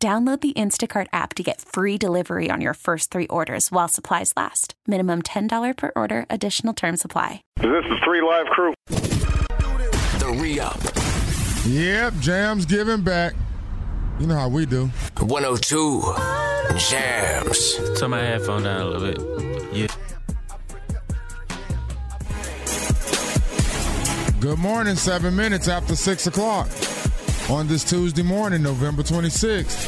Download the Instacart app to get free delivery on your first three orders while supplies last. Minimum $10 per order, additional term supply. This is Three Live Crew. The re up. Yep, Jam's giving back. You know how we do. 102. Jams. Turn my headphone down a little bit. Good morning, seven minutes after six o'clock on this Tuesday morning, November 26th.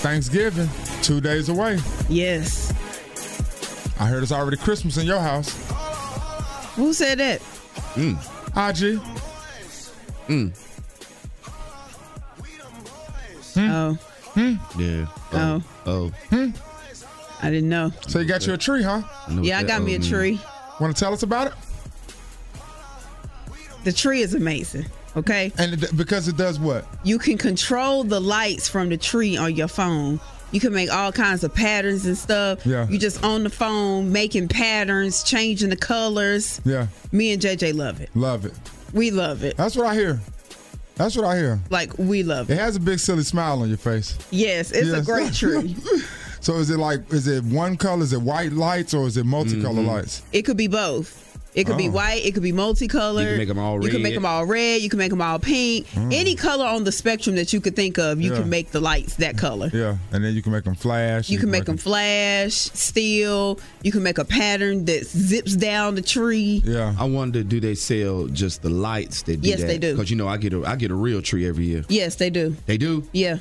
Thanksgiving, two days away. Yes. I heard it's already Christmas in your house. Who said that? IG, Oh, Yeah. Oh. Oh. I didn't know. so you got you a tree, huh? know Yeah, I what got that me a old man- tree. Want to tell us about it? The tree is amazing. Okay. And it, because it does what? You can control the lights from the tree on your phone. You can make all kinds of patterns and stuff. Yeah. You just on the phone making patterns, changing the colors. Yeah, Me and JJ love it. love it. We love it. That's what I hear. That's what I hear. Like we love It it. has a big silly smile on your face. Yes, it's a Yes. great tree. So is it like, is it one color? Is it white lights or is it Mm-hmm. multicolor lights? It could be both. It could be Oh. white. It could be multicolored. You can make 'em all You can make red. them all red. You can make them all pink. Any color on the spectrum that you could think of, you Yeah. can make the lights that color. Yeah, and then you can make them flash. You can make them flash, steel. You can make a pattern that zips down the tree. Yeah. I wonder, do they sell just the lights that do Yes, they do. Because you know, I get a I get a real tree every year. Yes, they do. They do. Yeah,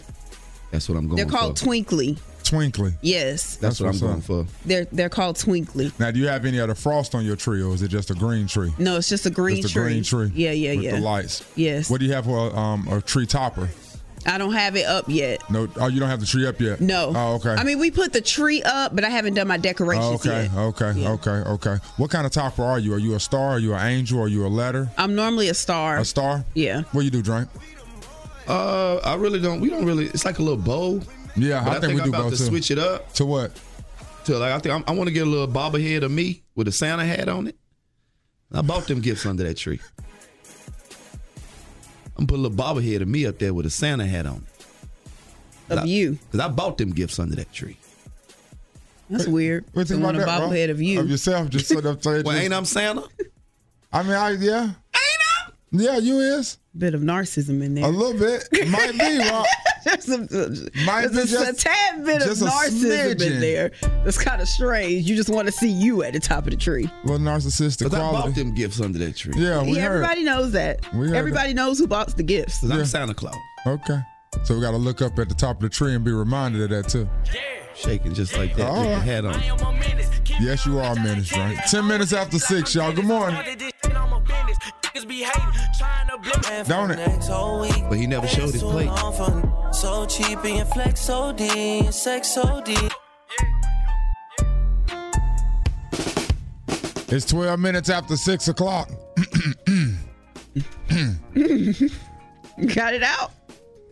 That's what I'm going. they're called for. twinkly. Twinkly. Yes, That's, what I'm That's going what's for. they're they're called twinkly. Now, do you have any other frost on your tree, or is it just a green tree? No, it's just a green just a tree. green tree. Yeah, yeah, with yeah. The lights. Yes. What do you have for a, um, a tree topper? I don't have it up yet. No. Oh, you don't have the tree up yet. No. Oh, okay. Oh, I mean, we put the tree up, but I haven't done my decorations Okay. yet. Okay. Yeah. Okay. Okay. What kind of topper are you? Are you a star? Are you an angel? Are you a letter? I'm normally a star. A star? Yeah. What you do, drink? Uh, I really don't. We don't really. It's like a little bow. Yeah, But I, think, we I'm do about both to too. switch it up To what? to like I think I'm, I want to get a little bobblehead of me with a Santa hat on it. I bought them gifts under that tree. I'm put a little bobblehead of me up there with a Santa hat on it Of you. because I bought them gifts under that tree. That's weird. What you think Someone about a that, bro? bobblehead of you. Of yourself, just sit up there. Well, just- ain't I'm Santa? I mean, I yeah. Ain't I? Yeah, you is Bit of narcissism in there. a little bit. Might be, Rock. There's a, Might there's be a just- tad bit of just a narcissism smidgen. in there. That's kind of strange. You just want to see you at the top of the tree. Little narcissistic Because I bought quality. them gifts under that tree. Yeah, we yeah, heard. everybody knows that. We heard Everybody knows who bought the gifts. Because I'm Santa Claus. Okay. So we got to look up at the top of the tree and be reminded of that too. Shaking just like that oh, All with the right. hat on. Yes, you are a menace, right? 10 minutes after 6, y'all. Good morning. Don't it? But he never showed his plate. So cheap and flex OD and sex OD. It's 12 minutes after 6 o'clock. Got it out.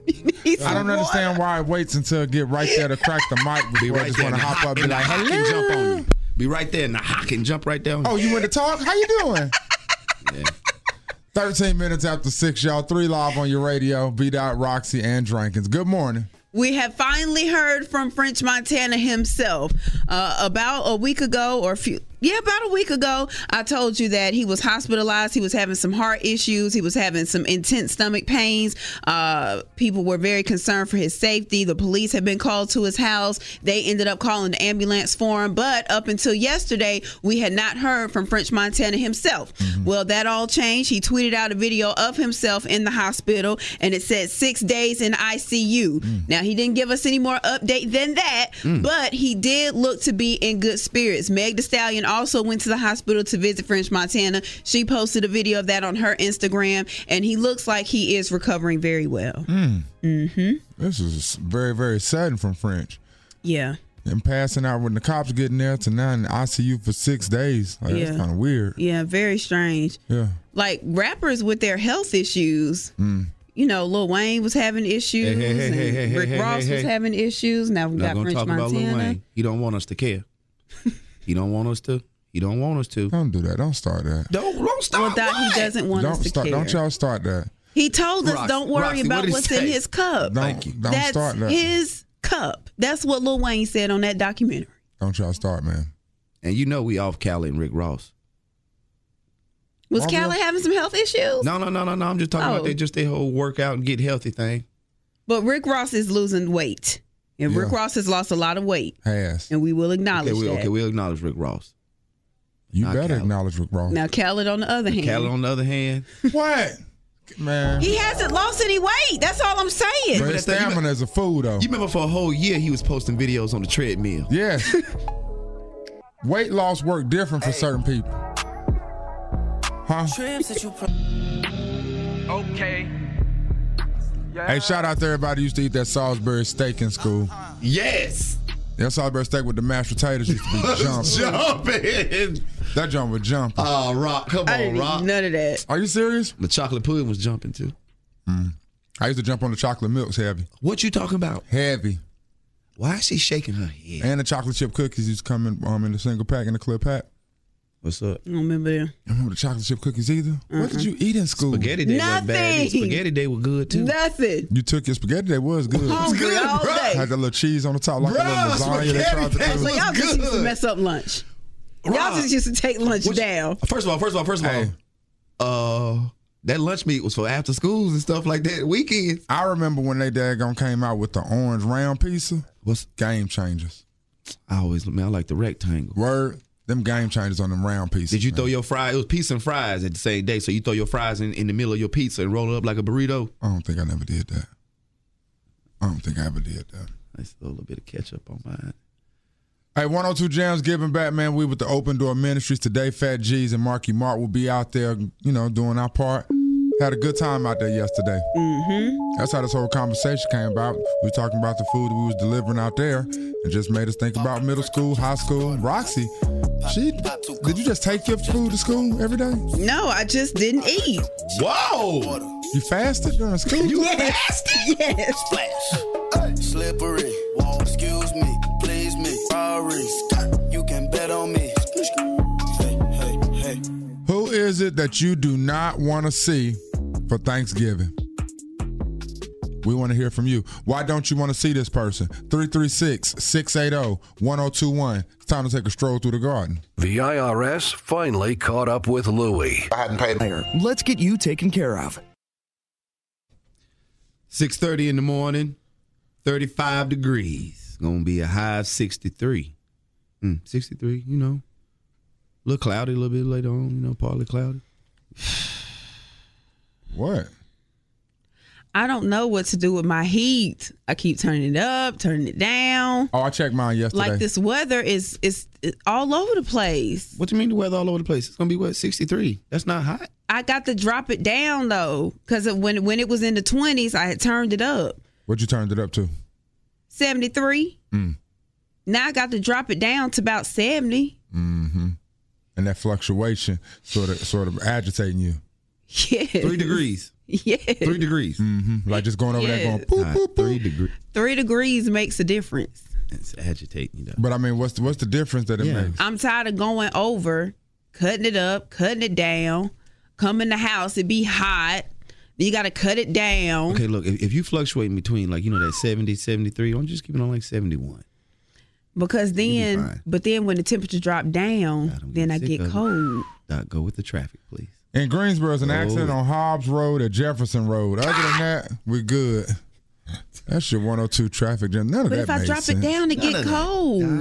He's I don't like, understand why it waits until it get right there to crack the mic Be before I right just there. want to hop up and be like, I can hello. jump on you. Be right there and I can jump right down. Oh, you want to talk? How you doing? 13 minutes after 6, y'all. 3 live on your radio. B. Dot, Roxy, and Drankins. Good morning. We have finally heard from French Montana himself. Uh, about a week ago, or a few, yeah, about a week ago, I told you that he was hospitalized. He was having some heart issues. He was having some intense stomach pains. Uh, people were very concerned for his safety. The police had been called to his house. They ended up calling the ambulance for him. But up until yesterday, we had not heard from French Montana himself. Well, that all changed. He tweeted out a video of himself in the hospital, and it said six days in ICU. Now, he didn't give us any more update than that, but he did look to be in good spirits. Meg The Stallion also went to the hospital to visit French Montana. She posted a video of that on her Instagram, and he looks like he is recovering very well. Mm. Mm-hmm. This is very, very sudden from French. Yeah. And passing out when the cops getting there to now in the ICU for six days. Like, Yeah. That's kind of weird. Yeah, very strange. Yeah. Like rappers with their health issues. Mm. You know, Lil Wayne was having issues, hey, hey, hey, hey, and Rick hey, Ross hey, was hey. having issues. Now we Not got gonna French talk Montana. about Lil Wayne. He don't want us to care. he don't want us to. He don't want us to. Don't do that. Don't start that. Don't don't stop. Well, that he what? doesn't want us Don't to start. care. Don't y'all start that. He told us, Roxy, "Don't worry Roxy, what about did he what's in say? his cup." Don't Thank you. don't That's start that. his cup. That's what Lil Wayne said on that documentary. Don't y'all start, man. And you know we off Cali and Rick Ross. Was Why we Khaled don't- having some health issues? No, no, no, no, no. I'm just talking Oh. about they just they whole workout and get healthy thing. But Rick Ross is losing weight, and Rick Yeah. Ross has lost a lot of weight, Has. and we will acknowledge Okay, we, that. okay, we acknowledge Rick Ross. You Not better Khaled. acknowledge Rick Ross. Now, Khaled, on the other hand, Cali, on the other hand, What? Man. he hasn't lost any weight. That's all I'm saying. But his You better- stamina is a fool, though. you remember for a whole year he was posting videos on the treadmill. Yes. Weight loss work different for certain people. Huh? Trips that you pro- Okay. Hey, shout out to everybody who used to eat that Salisbury steak in school. Yes, That Salisbury steak with the mashed potatoes used to be jumping. jumping. That jump was jumping. Oh, Rock, come I on, didn't eat Rock. none of that. Are you serious? Mm. The chocolate pudding was jumping too. I used to jump on the chocolate milks heavy. What you talking about? Heavy. Why is she shaking her head? And the chocolate chip cookies used to come in, um, in the single pack, in the clear pack. What's up? I don't remember them. Uh-uh. You remember the chocolate chip cookies either? What did you eat in school? Spaghetti day was bad. Nothing. These Spaghetti day was good too. Nothing. You took your spaghetti that was good. Hungry good, all bro. day. Had that little cheese on the top like a Bruh, little lasagna they tried spaghetti to do. day So was y'all just used to good. mess up lunch. Rock, Y'all just used to take lunch what you- down. First of all, first of all, first of all, Hey. uh, that lunch meet was for after schools and stuff like that. Weekends. I remember when they daggone came out with the orange round pizza. What's Game changers. I always man, I like the rectangle. Word. Them game changers on them round pieces. Did you man. throw your fries? It was pizza and fries at the same day. So you throw your fries in, in the middle of your pizza and roll it up like a burrito. I don't think I never did that. I don't think I ever did that. I still a little bit of ketchup on mine. Hey, 102 Jams giving back, man. We with the Open Door Ministries today. Fat G's and Marky Mark will be out there, you know, doing our part. Had a good time out there yesterday. Mm-hmm. That's how this whole conversation came about. We were talking about the food we was delivering out there, and just made us think about middle school, high school. Roxy, she, did you just take your food to school every day? No, Oh, I just didn't eat. Whoa! You fasted during school? Yes. Yes. Slippery, excuse me, please me. Sorry, you can bet on me. Hey, hey, hey. Who is it that you do not want to see for Thanksgiving? We want to hear from you. Why don't you want to see this person? 336 680 1021. It's time to take a stroll through the garden. The IRS finally caught up with Louie. Let's get you taken care of. 6.30 in the morning, 35 degrees. Gonna be a high of 63. Mm, 63, you know. A little cloudy a little bit later on, you know, partly cloudy. What? I don't know what to do with my heat. I keep turning it up, turning it down. Oh, I checked mine yesterday. Like this weather is is is all over the place. What do you mean the weather all over the place? It's gonna be what, 63? That's not hot. I got to drop it down though, because when when it was in the twenties, I had turned it up What you turned it up to? Mm. seventy three. Now I got to drop it down to about seventy. Mm-hmm. And that fluctuation sort of sort of agitating you. Yes, Three degrees. yes. Three degrees. Mm-hmm. Like just going over there going Yes. poop, All right, poop, poop. three degrees. Three degrees makes a difference. It's agitating, you know. But I mean, what's the, what's the difference that it Yeah. makes? I'm tired of going over, cutting it up, cutting it down. Come in the house, it be hot. Then you got to cut it down. Okay, look, if, if you fluctuate in between, like, you know, that 70, 73, why don't you just keep it on like 71? Because be then, fine. but then when the temperature drop down, I don't then get I sick get of it. cold. Doc, go with the traffic, please. In Greensboro, it's an Oh. accident on Hobbs Road at Jefferson Road. Other Ah. than that, we're good. That's your 102 traffic jam. None of But that if I made drop sense. it down, it No, get no, no.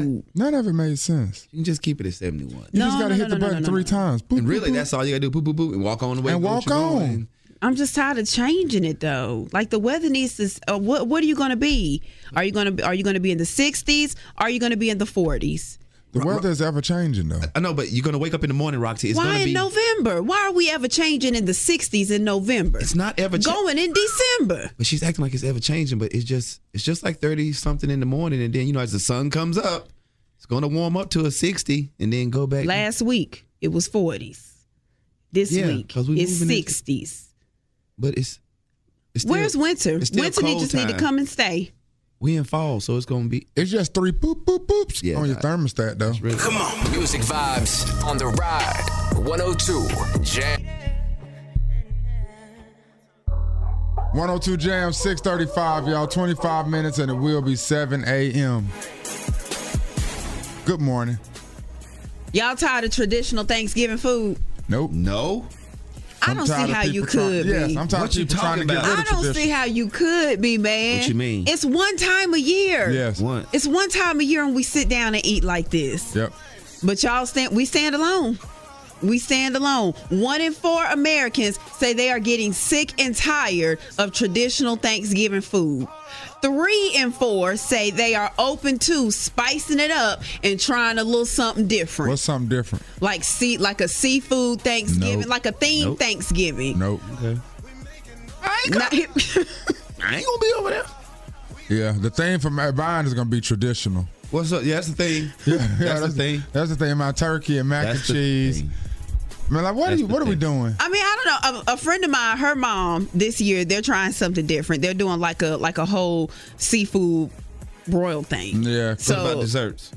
cold. None of it made sense. You can just keep it at 71. You No, just got to no, hit the no, no, no, button no, three no. times. Boop, And boop, really, boop. that's all you gotta do. Boop, boop, boop, and walk on the way. And go walk what you're doing. on. I'm just tired of changing it though. Like the weather needs to. s- Uh, what What are you going to be? Are you going to Are you going to be in the 60s? Are you going to be in the 40s? The weather is ever changing though. I know, Uh, but you're gonna wake up in the morning, Roxy. It's Why gonna in be November? Why are we ever changing in the 60s in November? It's not ever cha- going in December. But she's acting like it's ever changing. But it's just it's just like thirty something in the morning, and then you know as the sun comes up, it's gonna warm up to a sixty, and then go back. Last week it was 40s. This Yeah, week 'cause we it's moving into- 60s. But it's, it's still- Where's winter? it's still Winter need cold just need to time. come and stay. We in fall, so it's gonna be. It's just three boop boop boops on your I- thermostat though. Come on. Music vibes on the ride. 102 Jam. 102 Jam, 635, y'all. 25 minutes, and it will be 7 a.m. Good morning. Y'all tired of traditional Thanksgiving food? Nope. No. I don't see how you could be. Yes, I'm tired What of you people trying talking to get about? rid I of don't tradition. see how you could be, man. What you mean? It's one time a year. Yes. One. It's one time a year and we sit down and eat like this. Yep. But y'all stand we stand alone. We stand alone. One in four Americans say they are getting sick and tired of traditional Thanksgiving food. Three in four say they are open to spicing it up and trying a little something different. What's something different? Like sea like a seafood Thanksgiving, Nope. like a themed Nope. Thanksgiving. Nope. Okay. Not- I ain't gonna be over there. Yeah, the thing for my- mine is gonna be traditional. What's up? Yeah, that's the thing. Yeah, that's the thing. That's the thing. My turkey and mac That's the and cheese. Man, like, what are you? What are we doing? I mean, I don't know. A, a friend of mine, her mom, this year they're trying something different. They're doing like a like a whole seafood broil thing. Yeah. So- what about desserts?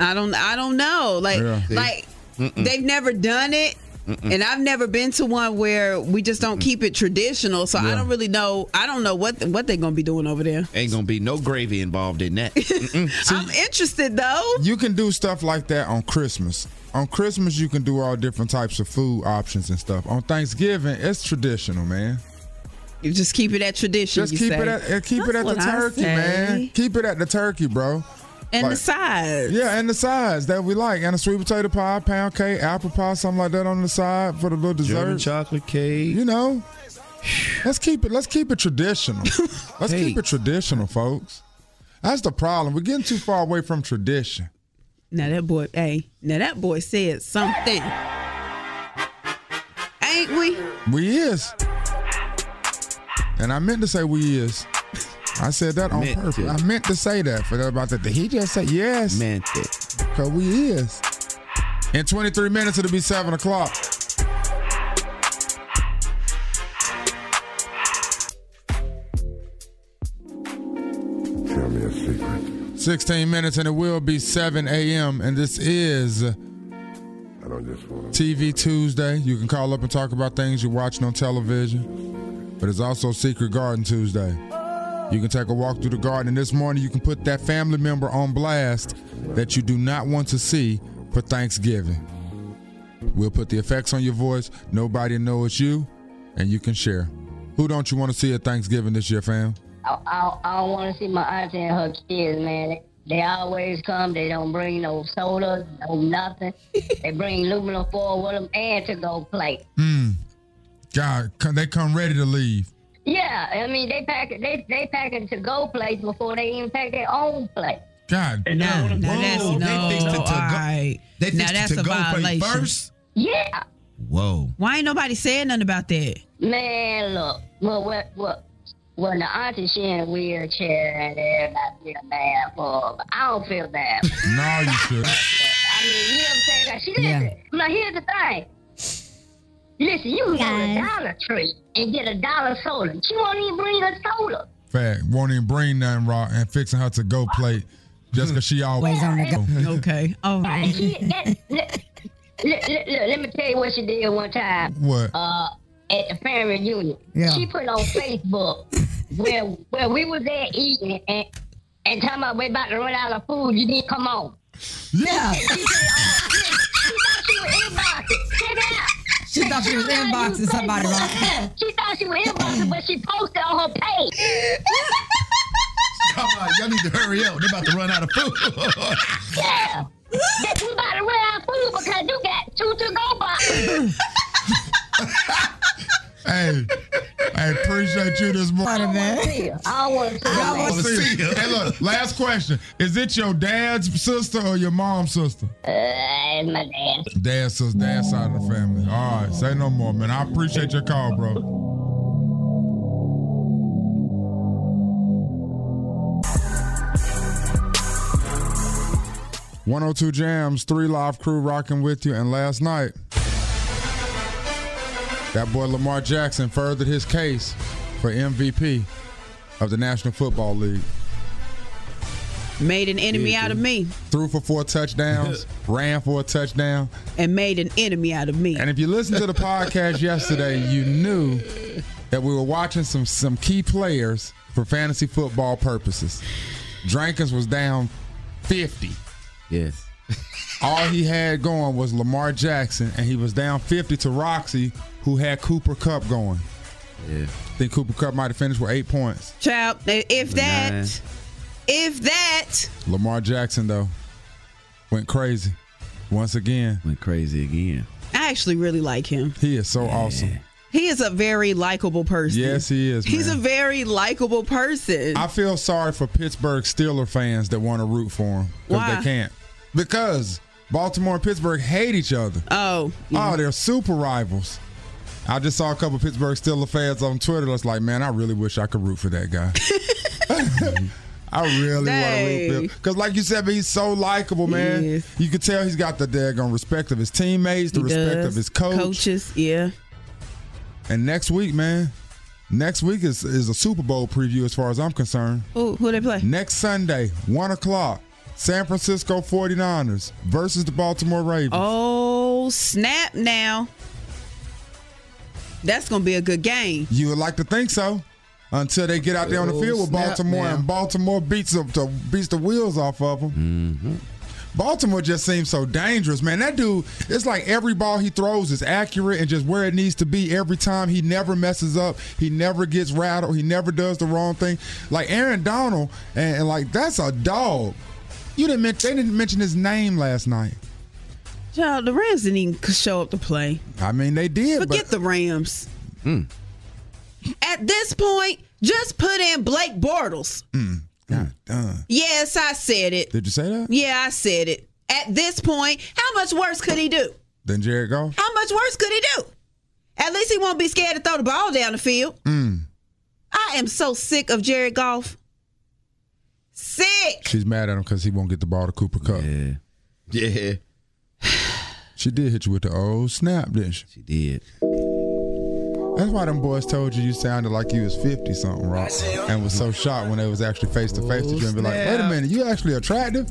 I don't I don't know. Like Yeah. See? like Mm-mm. they've never done it. Mm-mm. And I've never been to one where we just don't keep it traditional, so I Yeah. don't really know. I don't know what what they're gonna be doing over there. Ain't gonna be no gravy involved in that. Mm-mm. I'm interested though. You can do stuff like that on Christmas. On Christmas, you can do all different types of food options and stuff. On Thanksgiving, it's traditional, man. You just keep it at tradition. Just you keep say. it at uh, keep it That's at the what I turkey, say. man. Keep it at the turkey, bro. And the sides. Yeah, and the sides that we like, and a sweet potato pie, pound cake, apple pie, something like that on the side for the little dessert. German chocolate cake. You know, let's keep it. Let's keep it traditional. Let's keep it traditional, folks. That's the problem. We're getting too far away from tradition. Now that boy, hey, now that boy said something. Ain't we? We is, and I meant to say we is. I said that on Meant purpose. to. I meant to say that for that about that. Did he just say yes? Meant it. Cause we is. In 23 minutes, it'll be seven o'clock. Tell me a secret. 16 minutes and it will be 7 a.m. And this is TV Tuesday. You can call up and talk about things you're watching on television. But it's also Secret Garden Tuesday. You can take a walk through the garden. And this morning, you can put that family member on blast that you do not want to see for Thanksgiving. We'll put the effects on your voice. Nobody knows it's you, and you can share. Who don't you want to see at Thanksgiving this year, fam? I, I, I don't want to see my auntie and her kids, man. They always come. They don't bring no soda, no nothing. they bring aluminum foil with them and to go play. Hmm. God, come- they come ready to leave. Yeah, I mean they pack it. They they pack it to go place before they even pack their own plate. God damn. Now that's Whoa, no. they fixed it to all go. right. They fixed now it that's to a go play violation. first? Yeah, Whoa. Why ain't nobody saying nothing about that? man. Look, well, what what. When the auntie she in a wheelchair and everybody feel bad for her, but I don't feel bad. for her. No, you should. I mean, you know what I'm saying? Like, She listen. Now here's the thing. Listen, you can go to Dollar Tree and get a dollar soda. She won't even bring a soda. Fact. Won't even bring nothing raw and fixing her to go plate just because she always on the go. Okay. All And she, that, let, let, let- let me tell you what she did one time. What? Uh, at the family reunion. Yeah. She put on Facebook where where we was there eating and and talking about we about to run out of food. You need to come on. Yeah. She "Oh, thought she was inboxing. Check it out. She thought she was inboxing somebody wrong. She thought she was inboxing, but she posted on her page. Come on, y'all need to hurry up. They're about to run out of food. Yeah. That we about to run out of food because you got two to go boxes. Hey, hey, appreciate appreciate you this morning, man. Oh, I want to see I want to see you. Hey, look, last question. Is it your dad's sister or your mom's sister? Uh, it's my dad. Dad's sister, dad's side of the family. All right, say no more, man. I appreciate your call, bro. One hundred two jams, three live crew rocking with you, and last night. That boy Lamar Jackson furthered his case for MVP of the National Football League. Made an enemy out of me. Threw for four touchdowns, ran for a touchdown. And made an enemy out of me. And if you listened to the podcast yesterday, you knew that we were watching some some key players for fantasy football purposes. Drankins was down 50. Yes. All he had going was Lamar Jackson, and he was down 50 to Roxy, who had Cooper Cup going. Yeah. Think Cooper Cup might have finished with eight points. Child, if that, if that, Lamar Jackson, though, went crazy once again. Went crazy again. I actually really like him. He is so awesome. He is a very likable person. Yes, he is. He's a man. very likable person. I feel sorry for Pittsburgh Steeler fans that want to root for him because Why? they can't. Because Baltimore and Pittsburgh hate each other. Oh, oh, they're super rivals. I just saw a couple Pittsburgh Steeler fans on Twitter. That's like, man, I really wish I could root for that guy. I really want to root Dang. for because, like you said, he's so likable, man. You could tell he's got the daggone respect of his teammates, the He respect does. of his coach. Coaches, yeah. And next week, man, next week is is a Super Bowl preview as far as I'm concerned. Ooh, who they play? Next Sunday, 1 o'clock, San Francisco 49ers versus the Baltimore Ravens. Oh, snap now. That's going to be a good game. You would like to think so. Until they get out there on the Oh, field with snap Baltimore, now. and Baltimore beats up to beats the wheels off of them. Mm-hmm. Baltimore just seems so dangerous, man. That dude, it's like every ball he throws is accurate and just where it needs to be every time. He never messes up. He never gets rattled. He never does the wrong thing. Like Aaron Donald, and, and like that's a dog. You didn't mention they didn't mention his name last night. Child, the Rams didn't even show up to play. I mean, they did. Forget the Rams. At this point, just put in Blake Bortles. Mm, God, uh, Yes, I said it. did you say that? Yeah, I said it. At this point, how much worse could he do? Then Jared Goff. How much worse could he do? At least he won't be scared to throw the ball down the field. Mm, I am so sick of Jared Goff. Sick. she's mad at him because he won't get the ball to Cooper Cup. Yeah. Yeah. She did hit you with the old snap, didn't she? She did. That's why them boys told you you sounded like you was 50 something, right? And was so shocked when they was actually face to Oh, face with you and be like, wait a snap. minute, you actually attractive?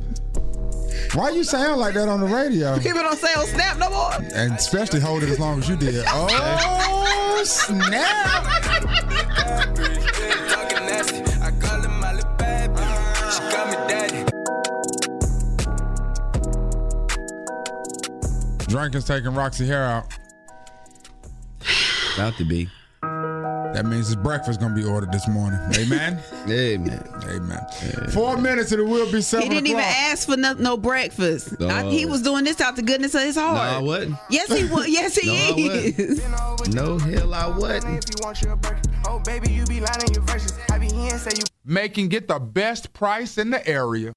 Why you sound like that on the radio? People don't say on snap no more. And especially hold it as long as you did. Oh, Oh, snap. Drunken's taking Roxy hair out. About to be. That means his breakfast gonna be ordered this morning. Amen. Amen. Amen. Four minutes and it will be seven He didn't even o'clock. ask for no, no breakfast. No. I- he was doing this out the goodness of his No, heart. I wasn't. Yes, he was. Yes, he No, I is. No, hell, I wasn't. Oh, baby, you be lying in your verses. I be here and say you. Make and get the best price in the area.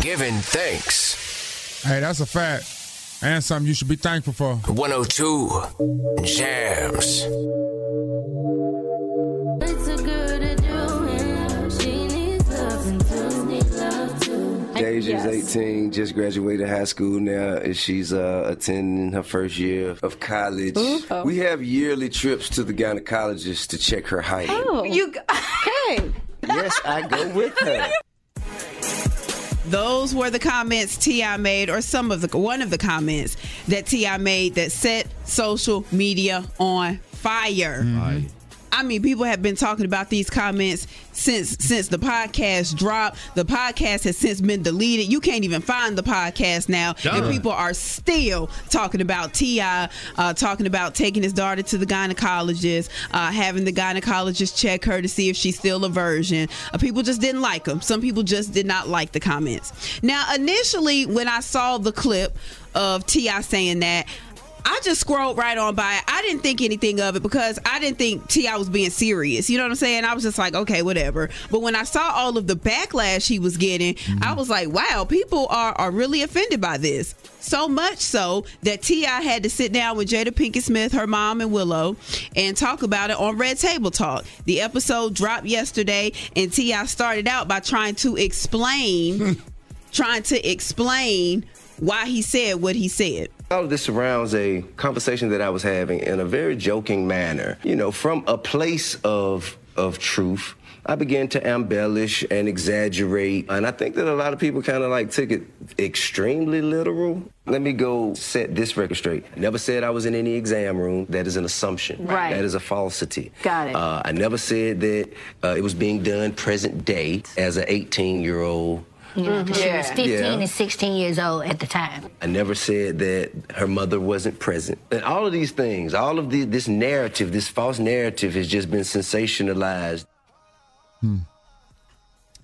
Giving thanks. Hey, that's a fact. And something you should be thankful for. 102 Jams. It's a girl to do and she needs love and too need love too. Deja's 18, just graduated high school now, and she's uh, attending her first year of college. We have yearly trips to the gynecologist to check her height. Oh, you hey. Yes, I go with her. Those were the comments Ti made, or some of the one of the comments that Ti made that set social media on fire. I mean, people have been talking about these comments since since the podcast dropped. The podcast has since been deleted. You can't even find the podcast now, Done. and people are still talking about Ti, uh, talking about taking his daughter to the gynecologist, uh, having the gynecologist check her to see if she's still a virgin. Uh, people just didn't like him. Some people just did not like the comments. Now, initially, when I saw the clip of Ti saying that. I just scrolled right on by it. I didn't think anything of it because I didn't think T.I. was being serious. You know what I'm saying? I was just like, okay, whatever. But when I saw all of the backlash he was getting, I was like, wow, people are, are really offended by this. So much so that T.I. had to sit down with Jada Pinkett Smith, her mom, and Willow and talk about it on Red Table Talk. The episode dropped yesterday, and T.I. started out by trying to explain, trying to explain why he said what he said. All of this surrounds a conversation that I was having in a very joking manner. You know, from a place of of truth, I began to embellish and exaggerate, and I think that a lot of people kind of like took it extremely literal. Let me go set this record straight. I never said I was in any exam room. That is an assumption. Right. That is a falsity. Got it. Uh, I never said that uh, it was being done present day as an 18 year old. You know, 'cause she was Mm-hmm. Yeah. 15 Yeah. and 16 years old at the time. I never said that her mother wasn't present. And all of these things, all of the, this narrative, this false narrative has just been sensationalized.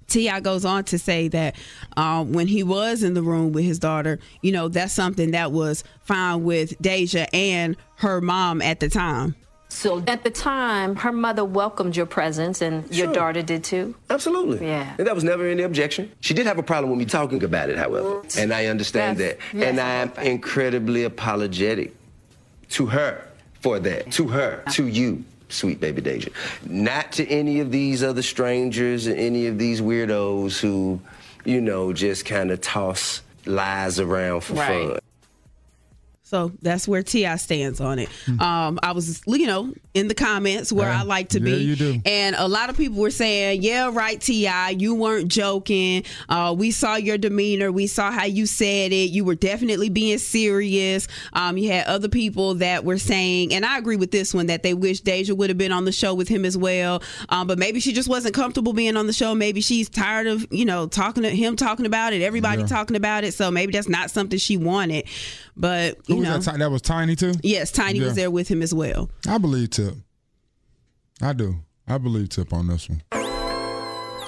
Ti goes on to say that um, when he was in the room with his daughter, you know that's something that was fine with Deja and her mom at the time. So at the time, her mother welcomed your presence, and your Sure. daughter did too. Absolutely. Yeah. And that was never any objection. She did have a problem with me talking about it, however. And I understand That's- that. And I am incredibly apologetic to her for that. To her. To you, sweet baby Deja. Not to any of these other strangers and any of these weirdos who, you know, just kind of toss lies around for Right. fun. So that's where Ti stands on it. Um, I was, you know, in the comments where I like to be. Hmm. Yeah, you do. And a lot of people were saying, "Yeah, right, Ti, you weren't joking. Uh, we saw your demeanor. We saw how you said it. You were definitely being serious." Um, you had other people that were saying, and I agree with this one that they wish Deja would have been on the show with him as well. Um, but maybe she just wasn't comfortable being on the show. Maybe she's tired of you know talking to him talking about it. Everybody Yeah. talking about it. So maybe that's not something she wanted. But Who you was know, that? Ti- that was Tiny too. yes, Tiny Yeah. was there with him as well. I believe Tip. I do. I believe Tip on this one.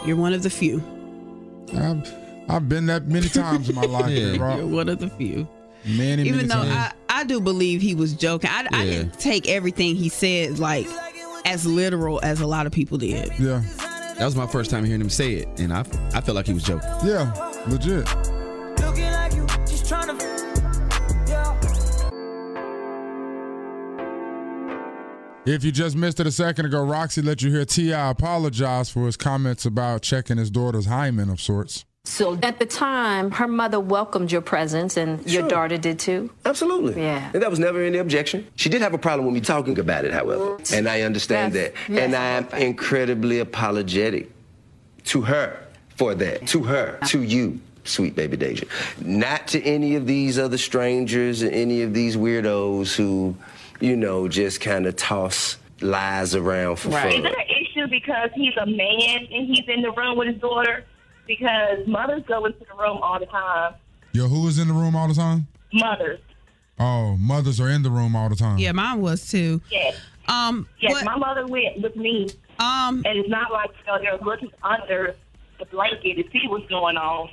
You're one of the few. I've, I've been that many times in my life, Yeah. bro. You're one of the few. Many, many Even though times. I, I do believe he was joking. I, I Yeah. didn't take everything he said like as literal as a lot of people did. Yeah. That was my first time hearing him say it, and I I felt like he was joking. Yeah, legit. Looking like you just trying to. If you just missed it a second ago, Roxy let you hear T.I. apologize for his comments about checking his daughter's hymen of sorts. So at the time, her mother welcomed your presence, and your daughter did too. Absolutely. Yeah. And that was never any objection. She did have a problem with me talking about it, however. And I understand That's- that. And I am incredibly apologetic to her for that. To her. To you, sweet baby Deja. Not to any of these other strangers and any of these weirdos who, you know, just kind of toss lies around for Is fun. there an issue because he's a man and he's in the room with his daughter? Because mothers go into the room all the time. Yo, who was in the room all the time? Mothers. Oh, mothers are in the room all the time. Yeah, mine was too. Yes. Um. Yes, my mother went with me. Um. And it's not like you know they're looking under the blanket to see what's going on.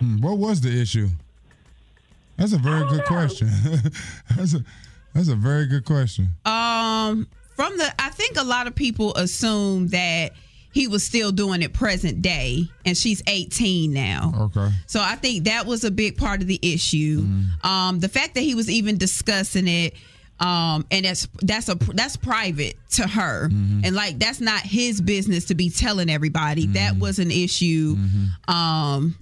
Hmm, what was the issue? That's a very good question. that's a that's a very good question. Um, from the, I think a lot of people assume that he was still doing it present day, and she's 18 now. Okay. So I think that was a big part of the issue. Um, the fact that he was even discussing it, um, and that's that's a that's private to her, and like that's not his business to be telling everybody. That was an issue. Um,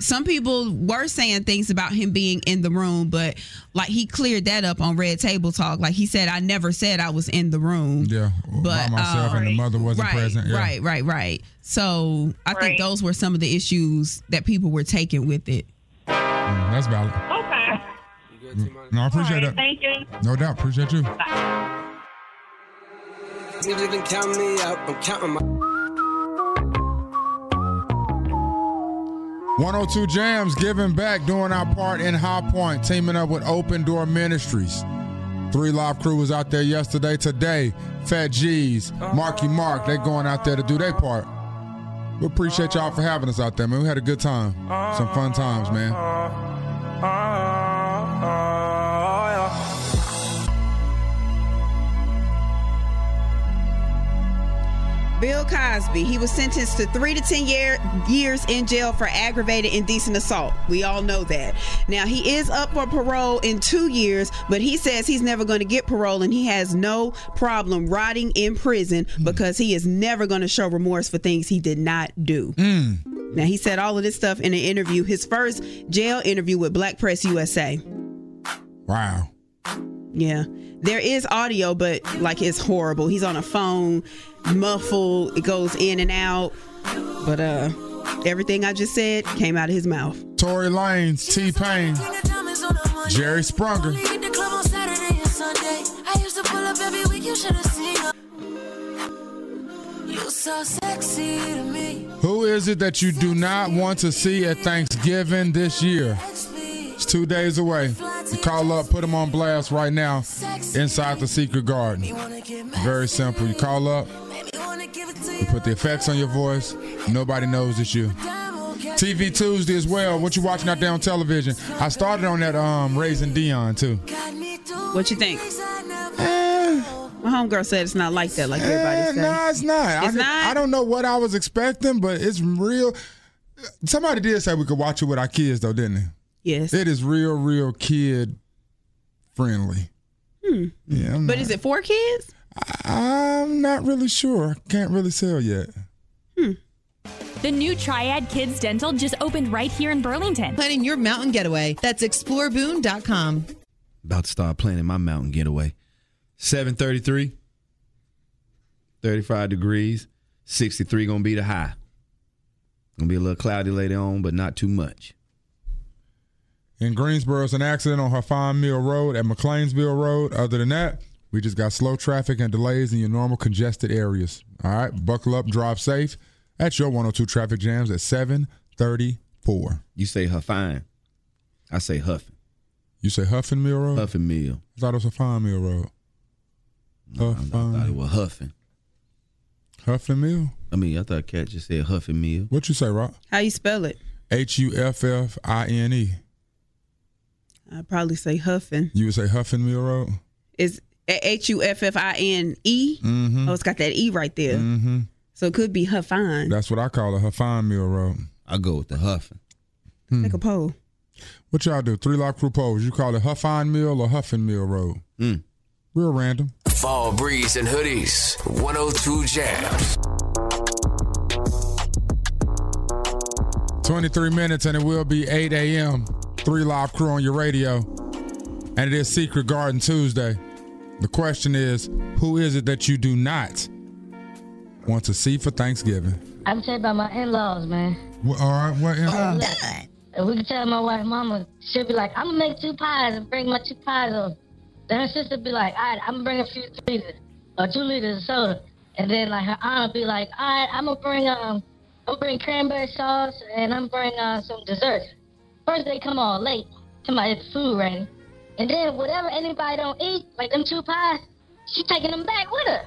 some people were saying things about him being in the room, but like he cleared that up on Red Table Talk. Like he said, I never said I was in the room. Yeah, by But, myself uh, and the mother wasn't right, present. Yeah. Right, right, right. So I think those were some of the issues that people were taking with it. Mm, that's valid. Okay. No, I appreciate All that. right, thank you. No doubt, appreciate you. You can count me out. I'm counting my. 102 Jams giving back, doing our part in High Point, teaming up with Open Door Ministries. Three Live Crew was out there yesterday. Today, Fat G's, Marky Mark, they going out there to do their part. We appreciate y'all for having us out there, man. We had a good time. Some fun times, man. Oh, yeah. Bill Cosby. He was sentenced to three to ten year, years in jail for aggravated indecent assault. We all know that. Now he is up for parole in two years, but he says he's never going to get parole, and he has no problem rotting in prison because he is never going to show remorse for things he did not do. Now he said all of this stuff in an interview, his first jail interview with Black Press USA. Wow. Yeah. There is audio, but like it's horrible. He's on a phone, muffled, it goes in and out. But uh everything I just said came out of his mouth. Tory Lanez, T Pain, Jerry Sprunger. Hit the club on Saturday and Sunday. I used to pull up every week, you should have seen her. You so sexy to me. Who is it that you do not want to see at Thanksgiving this year? It's two days away. You call up, put them on blast right now inside the secret garden. Very simple. You call up, you put the effects on your voice. Nobody knows it's you. TV Tuesday as well. What you watching out there on television? I started on that um Raising Dion too. What you think? My homegirl said it's not like that, like everybody Eh, said. nah, it's not. It's I, not. I don't know what I was expecting, but it's real. Somebody did say we could watch it with our kids, though, didn't they? Yes. It is real, real kid friendly. Hmm. Yeah, I'm But not, is it for kids? I'm not really sure. Can't really tell yet. The new Triad Kids Dental just opened right here in Burlington. Planning your mountain getaway. That's exploreboon.com. About to start planning my mountain getaway. 733, 35 degrees, 63 gonna be the high. Gonna be a little cloudy later on, but not too much. In Greensboro, it's an accident on Hafine Mill Road at McLeansville Road. Other than that, we just got slow traffic and delays in your normal congested areas. All right, buckle up, drive safe. That's your 102 traffic jams at 734. You say huffine. I say huffing. You say Huffin Mill Road? Huffing Mill. I thought it was Hafine Mill Road. No, I, I thought it was huffing. Huffin Mill? I mean, I thought Cat just said huffing Mill. What you say, Rock? How you spell it? H U F F I N E. I'd probably say huffing. You would say Huffin Mill Road? It's H U F F I N E. Mhm. Oh, it's got that E right there. Mhm. So it could be huffine. That's what I call it, Hafine Mill Road. Hmm. I go with the huffing. Take a poll. What y'all do? Three Lock Crew polls. You call it Huffine Mill or Huffin Mill Road? Hmm. Real random. Fall breeze and hoodies. 102 jams. 23 minutes and it will be 8 a.m. Three Live Crew on your radio. And it is Secret Garden Tuesday. The question is who is it that you do not want to see for Thanksgiving? I'm tell you about my in laws, man. Well, all right, what? Look, If we could tell my wife, Mama, she'll be like, I'm gonna make two pies and bring my two pies over. Then her sister be like, all right, I'm gonna bring a few liters or two liters of soda. And then like her aunt be like, all right, I'm gonna bring um, I'm gonna bring cranberry sauce and I'm gonna bring uh, some dessert. First they come all late to my food ready, and then whatever anybody don't eat, like them two pies, she taking them back with her.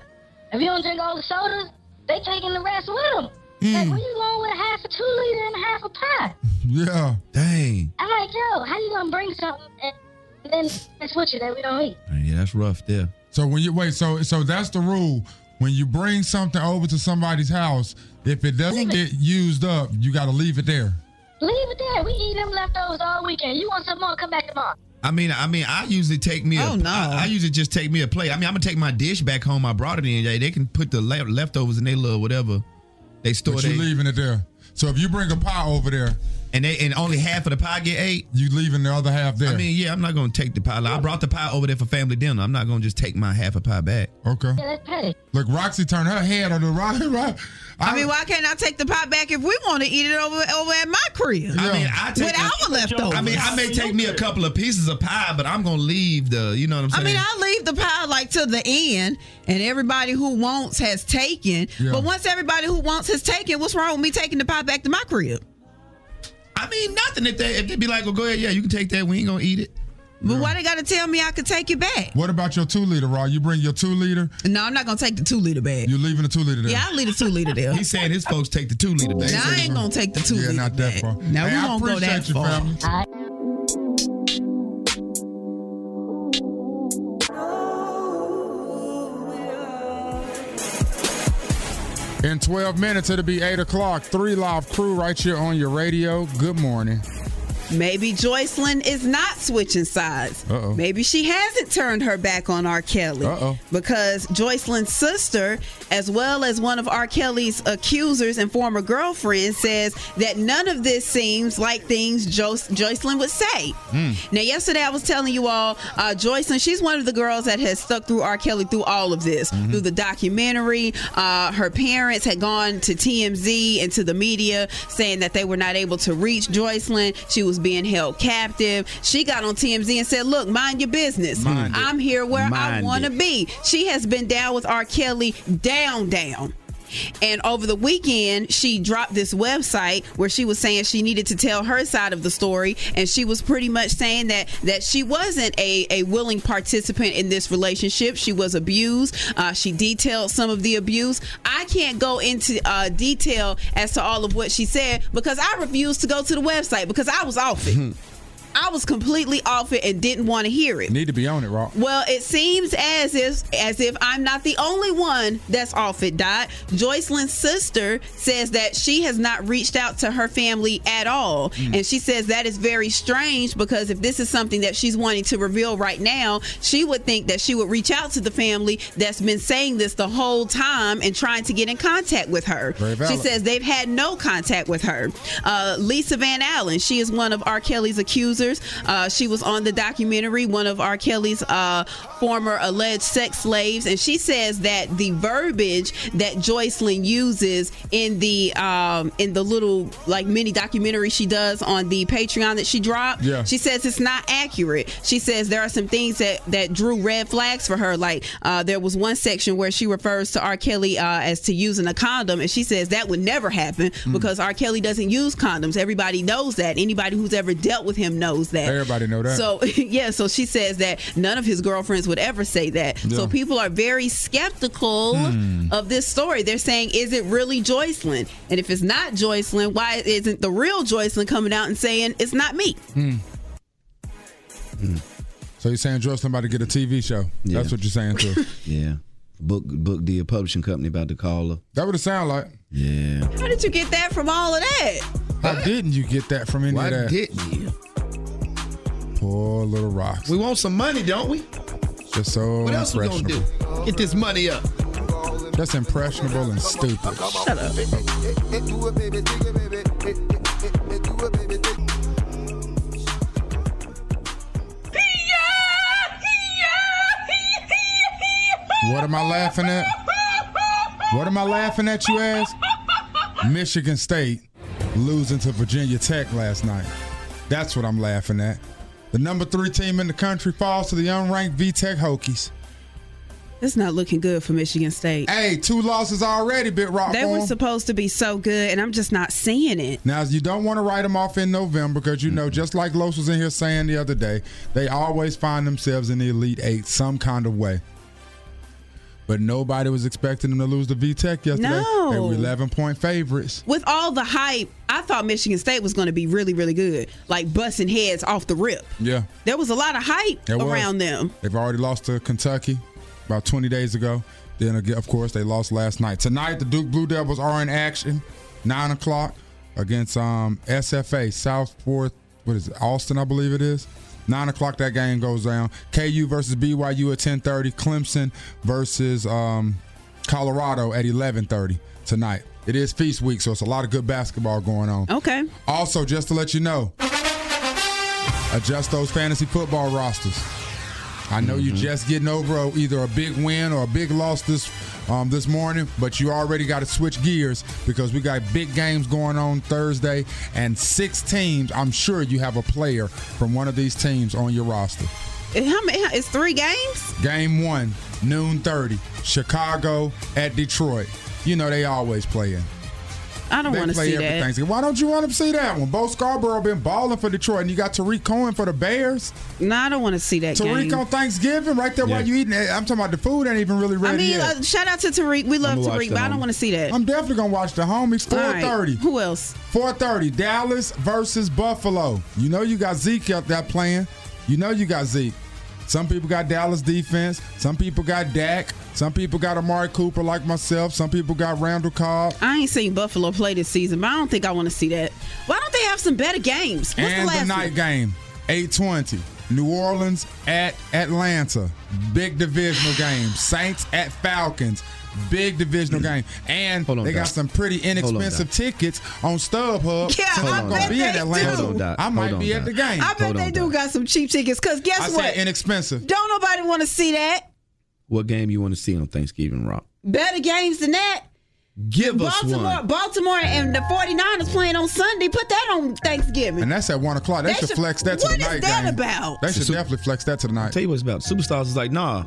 If you don't drink all the sodas, they taking the rest with them. Like where you going with a half a two liter and a half a pie? yeah. Dang. I'm like, yo, how you gonna bring something and then that's what you that we don't eat? Yeah, that's rough there. So when you wait, so so that's the rule. When you bring something over to somebody's house, if it doesn't get used up, you got to leave it there. Leave it there. We eat them leftovers all weekend. You want some more? Come back tomorrow. I mean, I mean, I usually take me. Oh a, no! I, I usually just take me a plate. I mean, I'm gonna take my dish back home. I brought it in. They they can put the le- leftovers in their little whatever they store. But you they- leaving it there. So if you bring a pie over there, and they and only half of the pie get ate, you leaving the other half there. I mean, yeah, I'm not gonna take the pie. Like, I brought the pie over there for family dinner. I'm not gonna just take my half a pie back. Okay. Yeah, that's petty. Look, Roxy turned her head on the right. right. I, mean, why can't I take the pot back if we want to eat it over over at my crib? I mean, I take with our leftovers. I mean, I may take me a couple of pieces of pie, but I'm gonna leave the. You know what I'm I saying? mean, I leave the pie like to the end, and everybody who wants has taken. Yeah. But once everybody who wants has taken, what's wrong with me taking the pie back to my crib? I mean, nothing. If they if they be like, well, go ahead, yeah, you can take that. We ain't gonna eat it. But why they gotta tell me I could take it back? What about your two liter, Raw? You bring your two liter? No, I'm not gonna take the two liter bag. You're leaving the two liter there. Yeah, I leave the two liter there. He's saying his folks take the two liter back. Nah, I ain't gonna take the two Yeah, liter. not that far. No, we I won't go that appreciate you, far. family. Uh, In 12 minutes, it'll be 8 o'clock. Three Live Crew right here on your radio. Good morning. Maybe Joycelyn is not switching sides. Uh-oh. Maybe she hasn't turned her back on R. Kelly. Uh-oh. Because Joycelyn's sister, as well as one of R. Kelly's accusers and former girlfriend, says that none of this seems like things jo- Joycelyn would say. Now, yesterday I was telling you all, uh, Joycelyn, she's one of the girls that has stuck through R. Kelly through all of this, Mm-hmm. through the documentary. Uh, her parents had gone to TMZ and to the media saying that they were not able to reach Joycelyn. She was being held captive. She got on TMZ and said, Look, mind your business. Mind it. I'm here where I Mind want to it. be. She has been down with R. Kelly, down, down. And over the weekend, she dropped this website where she was saying she needed to tell her side of the story, and she was pretty much saying that that she wasn't a, a willing participant in this relationship. She was abused. Uh, she detailed some of the abuse. I can't go into uh, detail as to all of what she said because I refused to go to the website because I was off Hmm. it. I was completely off it and didn't want to hear it. Need to be on it, Rock. Well, it seems as if as if I'm not the only one that's off it, Dot. Joycelyn's sister says that she has not reached out to her family at all. Mm. And she says that is very strange because if this is something that she's wanting to reveal right now, she would think that she would reach out to the family that's been saying this the whole time and trying to get in contact with her. Very She valid. says says they've had no contact with her. Uh, Lisa Van Allen, she is one of R. Kelly's accusers. Uh, she was on the documentary, one of R. Kelly's uh, former alleged sex slaves, and she says that the verbiage that Joycelyn uses in the um, in the little like mini documentary she does on the Patreon that she dropped, Yeah. she says it's not accurate. She says there are some things that that drew red flags for her. Like uh, there was one section where she refers to R. Kelly uh, as to using a condom, and she says that would never happen Hmm. because R. Kelly doesn't use condoms. Everybody knows that. Anybody who's ever dealt with him knows that. Everybody know that. So yeah, so she says that none of his girlfriends would ever say that. Yeah. So people are very skeptical Hmm. of this story. They're saying, is it really Joycelyn? And if it's not Joycelyn, why isn't the real Joycelyn coming out and saying it's not me? Hmm. So you're saying Joycelyn about to get a TV show? That's what you're saying to us. Yeah. Book book deal publishing company about to call her. That would have sound like. Yeah. How did you get that from all of that? How didn't you get that from any Why of that? didn't you? Poor little rocks. We want some money, don't we? Just so What else we gonna impressionable. do? Get this money up. That's impressionable and stupid. Shut up. What am I laughing at? What am I laughing at, you ass? Michigan State losing to Virginia Tech last night. That's what I'm laughing at. The number three team in the country falls to the unranked V Tech Hokies. It's not looking good for Michigan State. Hey, two losses already, Bit Rock. They for were 'em. supposed to be so good, and I'm just not seeing it. Now, you don't want to write them off in November because you know, just like Los was in here saying the other day, they always find themselves in the Elite Eight some kind of way. But nobody was expecting them to lose to V Tech yesterday. They No. were 11 point favorites. With all the hype, I thought Michigan State was going to be really, really good, like busting heads off the rip. Yeah. There was a lot of hype It was. around them. They've already lost to Kentucky about 20 days ago. Then, again, of course, they lost last night. Tonight, the Duke Blue Devils are in action, 9 o'clock against um, SFA, Southport, what is it, Austin, I believe it is. 9 o'clock, that game goes down. KU versus BYU at 10.30. Clemson versus um, Colorado at 11.30 tonight. It is feast week, so it's a lot of good basketball going on. Okay. Also, just to let you know, adjust those fantasy football rosters. I know you just getting over a, either a big win or a big loss this um, this morning, but you already got to switch gears because we got big games going on Thursday and six teams. I'm sure you have a player from one of these teams on your roster. And How many? It's three games. Game one, noon thirty, Chicago at Detroit. You know they always play in. I don't They want to play see every that. Thanksgiving. Why don't you want to see that one? Bo Scarborough been balling for Detroit, and you got Tariq Cohen for the Bears. No, I don't want to see that. Tariq game. on Thanksgiving, right there while you eating. it. I'm talking about the food ain't even really ready I mean, yet. uh, shout out to Tariq. We love I'ma watch Tariq, but the I don't homie. want to see that. I'm definitely gonna watch the homies. All right. 4:30. Who else? 4:30. Dallas versus Buffalo. You know you got Zeke out there playing. You know you got Zeke. Some people got Dallas defense. Some people got Dak. Some people got Amari Cooper like myself. Some people got Randall Cobb. I ain't seen Buffalo play this season, but I don't think I want to see that. Why don't they have some better games? What's and the the, last night one? game, 820. New Orleans at Atlanta. Big divisional game. Saints at Falcons. Big divisional Mm. game. And on, they got Doc. some pretty inexpensive tickets on StubHub. Yeah, so I I'm bet gonna be in they Atlanta. do. Hold on, Doc. I might Hold on, be at the Doc. game. I bet they do got some cheap tickets. Cause guess I what? said inexpensive. don't nobody want to see that. What game you want to see on Thanksgiving, Rock? Better games than that. Give us Baltimore, one. Baltimore, and the 49ers playing on Sunday. Put that on Thanksgiving. And that's at one o'clock. They, They should should- flex that to what the is night that game. about? They should definitely flex that to the night. Tell you what it's about. Superstars is like, nah,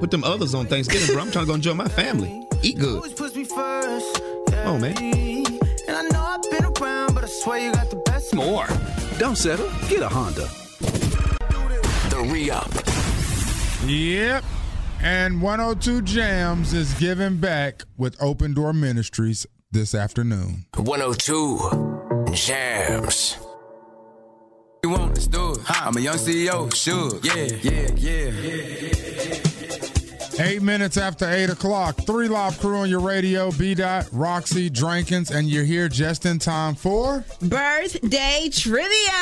put them others on Thanksgiving, bro. I'm trying to go enjoy my family. Eat good. Always puts me first. Come on, man. And I know I've been around, but I swear you got the best. More. Don't settle. Get a Honda. The re up. Yep. And 102 Jams is giving back with Open Door Ministries this afternoon. 102 Jams. You want this dude? Huh? I'm a young E CEO. Sure. Yeah. Yeah. Yeah. Eight minutes after eight o'clock, three live crew on your radio, B Dot, Roxy, Drankins, and you're here just in time for birthday trivia.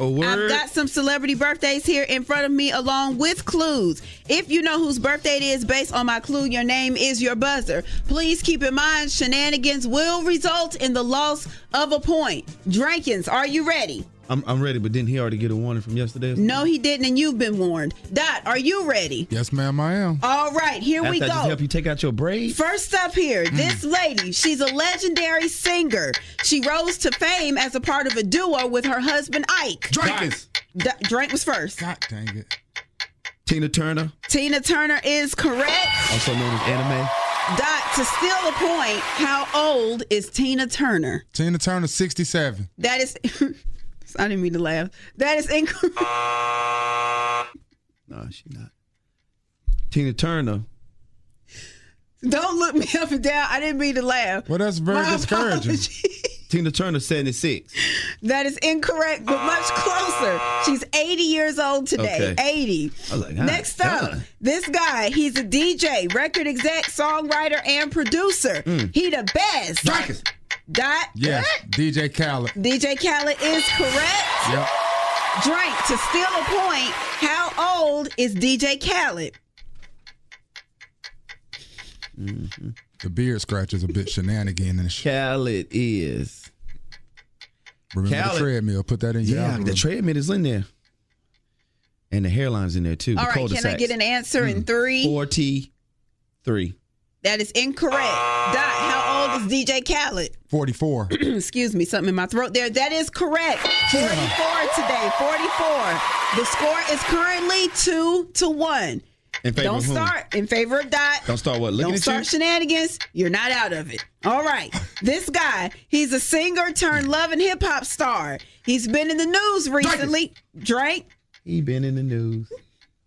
A word. I've got some celebrity birthdays here in front of me along with clues. If you know whose birthday it is based on my clue, your name is your buzzer. Please keep in mind shenanigans will result in the loss of a point. Drankins, are you ready? I'm, I'm ready, but didn't he already get a warning from yesterday? No, he didn't, and you've been warned. Dot, are you ready? Yes, ma'am, I am. All right, here After we I go. just help you Mm. take out your braids. First up here, this lady, she's a legendary singer. She rose to fame as a part of a duo with her husband Ike. Drankins. D- Drake was first. God dang it. Tina Turner, Tina Turner is correct. also known as Anime. Dot, to steal a point, how old is Tina Turner? Tina Turner, 67. That is. I didn't mean to laugh. That is incorrect. No, she not. Tina Turner. Don't look me up and down. I didn't mean to laugh. Well, that's very My discouraging. Tina Turner, 76. That is incorrect, but much closer. She's 80 years old today. Okay. 80. I was like, huh, Next up, God. this guy, he's a DJ, record exec, songwriter, and producer. Mm. He the best. Dot. Yes, DJ Khaled. DJ Khaled is correct. Yep. Drake, to steal a point, how old is DJ Khaled? The beard scratch is a bit shenanigan and shit. Mm-hmm. Khaled is. Remember Khaled. the treadmill. Put that in your yeah, algorithm. the treadmill is in there. And the hairline's in there too. the All right, can I cul-de-sacs. Hmm. get an answer in three? 43. That is incorrect. Dot, how old is DJ Khaled? 44. excuse me, something in my throat there. That is correct. 44 today, 44. The score is currently two to one. In favor Don't of whom? start in favor of Dot. Don't start what? Looking Don't at start you? shenanigans. You're not out of it. All right. This guy, he's a singer turned love and hip hop star. He's been in the news recently. Drake. He been in the news.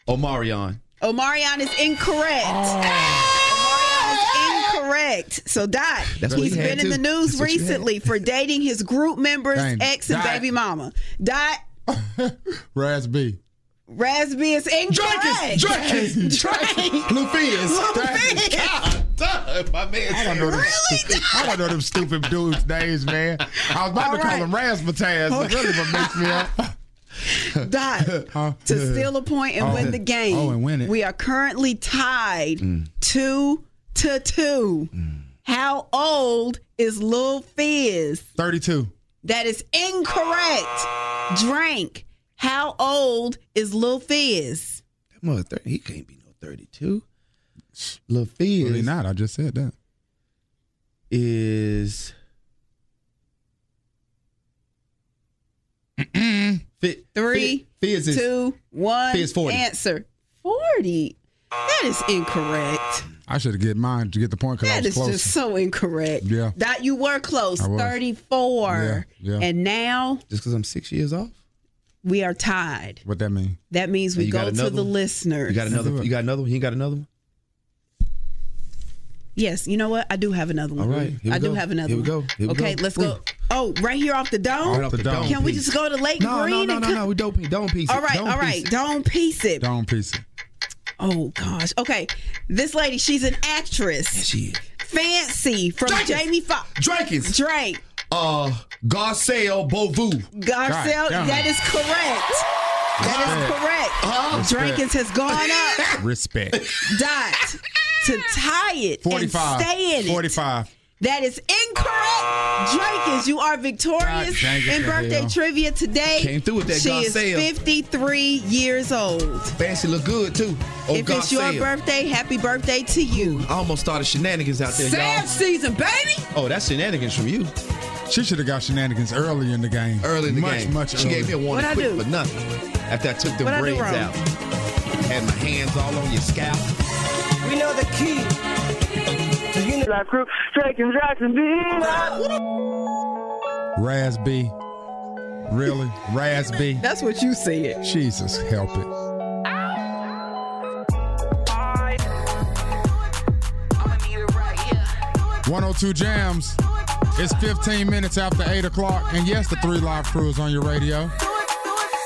Omarion. Omarion is incorrect. Omarion is incorrect. So Dot, That's what he's you had been in the too. news That's what you had. recently for dating his group members, Dang, ex, and Dot. baby mama. Dot, Raz B. Raspy is incorrect. Jenkins, Drake. Lufius. Lufius. My man. I don't know them, stu- I don't know them stupid dudes' names, man. I was about to call them Razzmatazz, but really what mixed me up. Dot, to steal a point and Oh. win the game. Oh, and win it. We are currently tied Mm. two to two. How old is Lil Fizz? 32. That is incorrect. Drink. How old is Lil Fizz? That mother 30, he can't be no 32. Lil Fizz Really not. I just said that. is Fit, Three, Fizz is two, one. Fizz 40. Answer. 40. That is incorrect. I should have get mine to get the point because I That was is close. just so incorrect. Yeah. That you were close. I was. 34. Yeah, yeah. And now just because I'm six years off. we are tied. What that mean? That means we you go got to another the one? listeners. You got another. You got another one. You got another one. Yes, you know what? I do have another one. All right, here we I do go. have another Here we one. go. Here we okay, go. let's go. Ooh. Oh, right here off the dome? Right off the dome Can we piece. just go to Lake No, Green no, no, and no, cook? no. We don't, don't piece. it. All right, Don't all piece right. it. Don't piece it. Don't piece it. Oh gosh. Okay. This lady, she's an actress. she is. Fancy from Jenkins. Jamie Foxx. Jenkins. Drake. Uh, Garcelle Beauvau. Garcelle, that is correct. That is correct. Respect. Jenkins has gone up. Respect. Dot to tie it 45. and stay in it. 45. That is incorrect. Jenkins, you are God victorious dang it, in birthday Gabrielle. trivia today. Came through with that She Garcelle. is 53 years old. Fancy look good too. Oh, if it's your Garcelle. birthday, happy birthday to you. I almost started shenanigans out there, Sam season, baby. y'all. Oh, that's shenanigans from you. She should have got shenanigans earlier in the game. Early in the much, game. Much, she gave me a warning What'd I quick do? for nothing. After I took them What'd I do braids wrong? out. Had my hands all on your scalp. We know the key. The Unilateral Crew, Jackson, Jackson, Raz B. Really? Raz B. That's what you said. Jesus, help it. Right 102 Jams. It's 15 minutes after 8 o'clock. And yes, the three live crew is on your radio.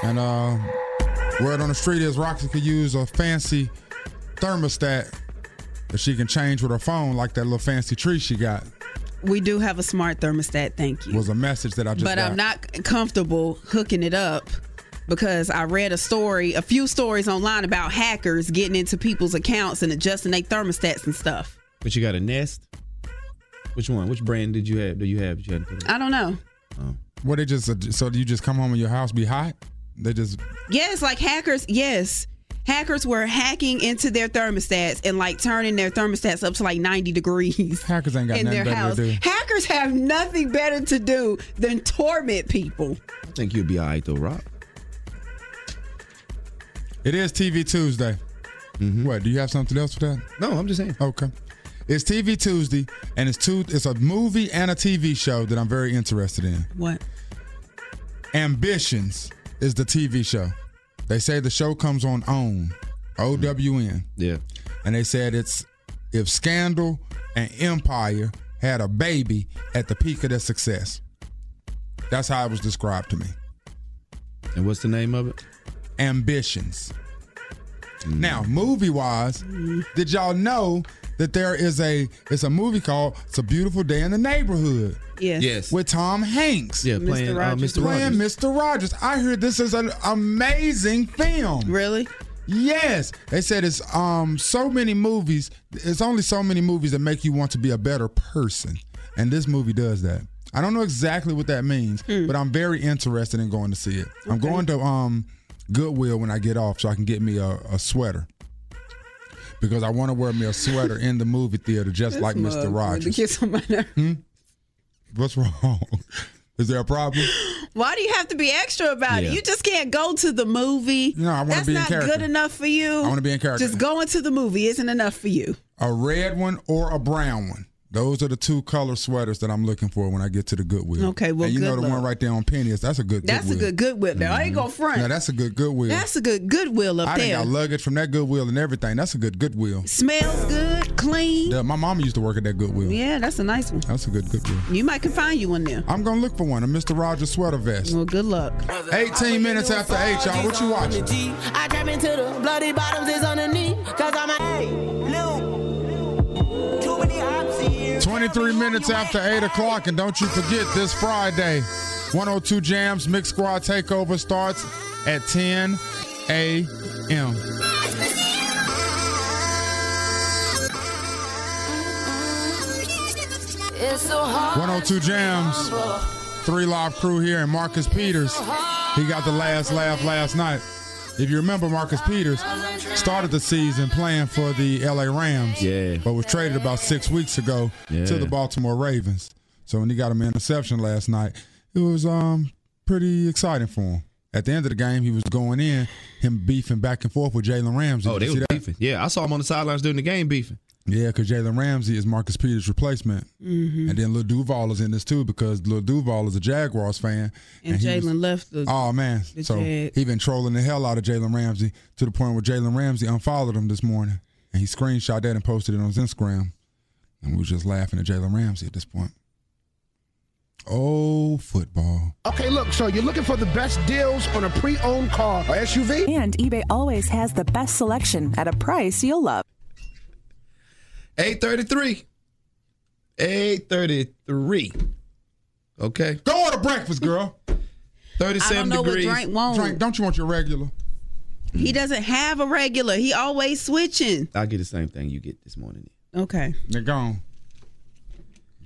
And uh, word on the street is Roxy could use a fancy thermostat that she can change with her phone, like that little fancy tree she got. We do have a smart thermostat. Thank you. Was a message that I just but got. I'm not comfortable hooking it up because I read a story, a few stories online about hackers getting into people's accounts and adjusting their thermostats and stuff. But you got a nest. Which one? Which brand did you have? Do you have? that You had to put I don't know. What they just so you just come home and your house be hot? They just Yes, like hackers, yes. Hackers were hacking into their thermostats and like turning their thermostats up to like 90 degrees. Hackers ain't got in nothing their better house. to do. Hackers have nothing better to do than torment people. I think you'll be all right though, Rock. It is TV Tuesday. What? Do you have something else for that? Mm-hmm. No, I'm just saying. Okay. It's TV Tuesday, and it's two. It's a movie and a TV show that I'm very interested in. What? Ambitions is the TV show. They say the show comes on OWN, O W N. Yeah. And they said it's if Scandal and Empire had a baby at the peak of their success. That's how it was described to me. And what's the name of it? Mm. Ambitions. Now, movie wise, did y'all know that there is a it's a movie called It's a Beautiful Day in the Neighborhood? Yes. Yes. With Tom Hanks. Yeah, playing Mr. Rogers. Uh, Mr. Playing Rogers. Mr. Rogers. I heard this is an amazing film. Really? Yes. They said it's um so many movies, it's only so many movies that make you want to be a better person. And this movie does that. I don't know exactly what that means, but I'm very interested in going to see it. I'm going to um Goodwill when I get off so I can get me a, a sweater. Because I want to wear me a sweater in the movie theater just like Mr. Rogers. What's wrong? Is there a problem? Why do you have to be extra about Yeah. it? You just can't go to the movie. No, I wanna That's be in not character. good enough for you. I wanna be in character. Just going to the movie isn't enough for you. A red one or a brown one. Those are the two color sweaters that I'm looking for when I get to the Goodwill. Okay, well, and you know good the one luck. right there on Penny is that's a good. That's a Goodwill. good Goodwill. Now, I ain't gonna front. No, that's a good Goodwill. That's a good Goodwill up I done there. got luggage from that Goodwill and everything. That's a good Goodwill. Smells good, clean. Yeah, my mom used to work at that Goodwill. Yeah, that's a nice one. That's a good Goodwill. You might can find you one there. I'm gonna look for one. A Mr. Rogers sweater vest. Well, good luck. 18 minutes after eight, y'all. What you watching? I trap into the bloody bottoms is underneath. Cause I'm a hey, Lou. Too many hops here. 23 minutes after 8 o'clock, and don't you forget this Friday, 102 Jams Mix Squad Takeover starts at 10 a.m. It's so hard. 102 Jams, three live crew here, and Marcus Peters. He got the last laugh last night. If you remember, Marcus Peters started the season playing for the LA Rams, yeah. but was traded about six weeks ago to Yeah. the Baltimore Ravens. So when he got him an interception last night, it was um pretty exciting for him. At the end of the game, he was going in, him beefing back and forth with Jalen Ramsey. Oh, Did they you were see that? beefing. Yeah, I saw him on the sidelines during the game beefing. Yeah, because Jalen Ramsey is Marcus Peters' replacement. Mhm. And then Lil Duval is in this too because Lil Duval is a Jaguars fan. And he was- Jalen left the- Oh, man. the so Jag. he been trolling the hell out of Jalen Ramsey to the point where Jalen Ramsey unfollowed him this morning. And he screenshot that and posted it on his Instagram. And we was just laughing at Jalen Ramsey at this point. Oh, football. Okay, look, so you're looking for the best deals on a pre owned car or SUV? And eBay always has the best selection at a price you'll love. 833. 833. Okay. Go order breakfast, girl. 37 I don't know degrees. what Drake wants. Drake, don't you want your regular? He doesn't have a regular. He always switching. I get the same thing you get this morning. Okay. They're gone.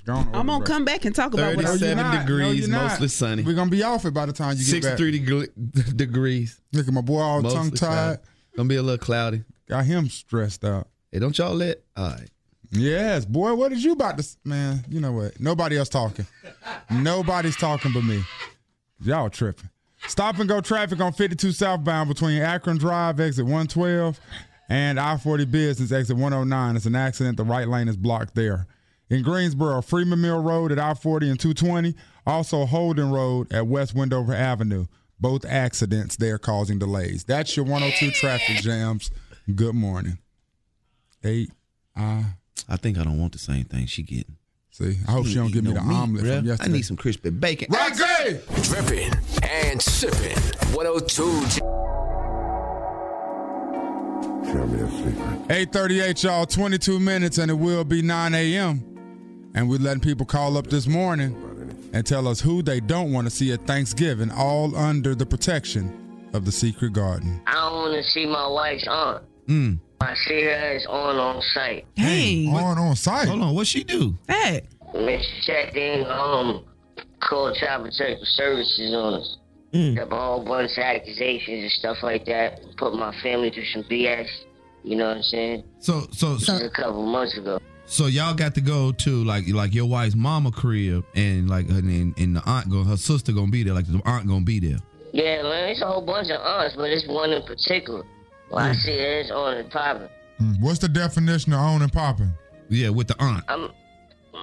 Gone I'm gonna come back and talk about what I 37 No, you're degrees, not. mostly sunny. We're gonna be off it by the time you get back. 63 deg- degrees. Look at my boy all Mostly tongue tied. cloudy. Gonna be a little cloudy. Got him stressed out. Hey, don't y'all let. All right. Yes, boy. What is you about to? s- Man, you know what? Nobody else talking. Nobody's talking but me. Y'all tripping. Stop and go traffic on 52 southbound between Akron Drive, exit 112, and I 40 Business, exit 109. It's an accident. The right lane is blocked there. In Greensboro, Freeman Mill Road at I 40 and 220. Also, Holden Road at West Wendover Avenue. Both accidents there causing delays. That's your 102 traffic jams. Good morning. Eight. I. I think I don't want the same thing she getting. See, I hope she don't give me the omelet from I yesterday. need some crispy bacon. Right, great. Dripping and sipping. 102. J- Tell me a secret. 838, y'all, 22 minutes, and it will be 9 a.m. And we're letting people call up this morning and tell us who they don't want to see at Thanksgiving, all under the protection of the Secret Garden. I don't want to see my wife's aunt. Hmm. Mm. I see her as on on site. Dang. On, on site. Hold on, what she do? Hey. When she checked in, um, called Child Protective Services on us. Hmm. Kept a whole bunch of accusations and stuff like that. Put my family through some BS. You know what I'm saying? So, so, This was a couple months ago. So y'all got to go to like like your wife's mama crib and like and and, and the aunt go her sister gonna be there like the aunt gonna be there. Yeah, man, it's a whole bunch of aunts, but it's one in particular. Well, I Hmm. Mm. see her as on and popping. Hmm, What's the definition of on and popping? Yeah, with the aunt. I'm,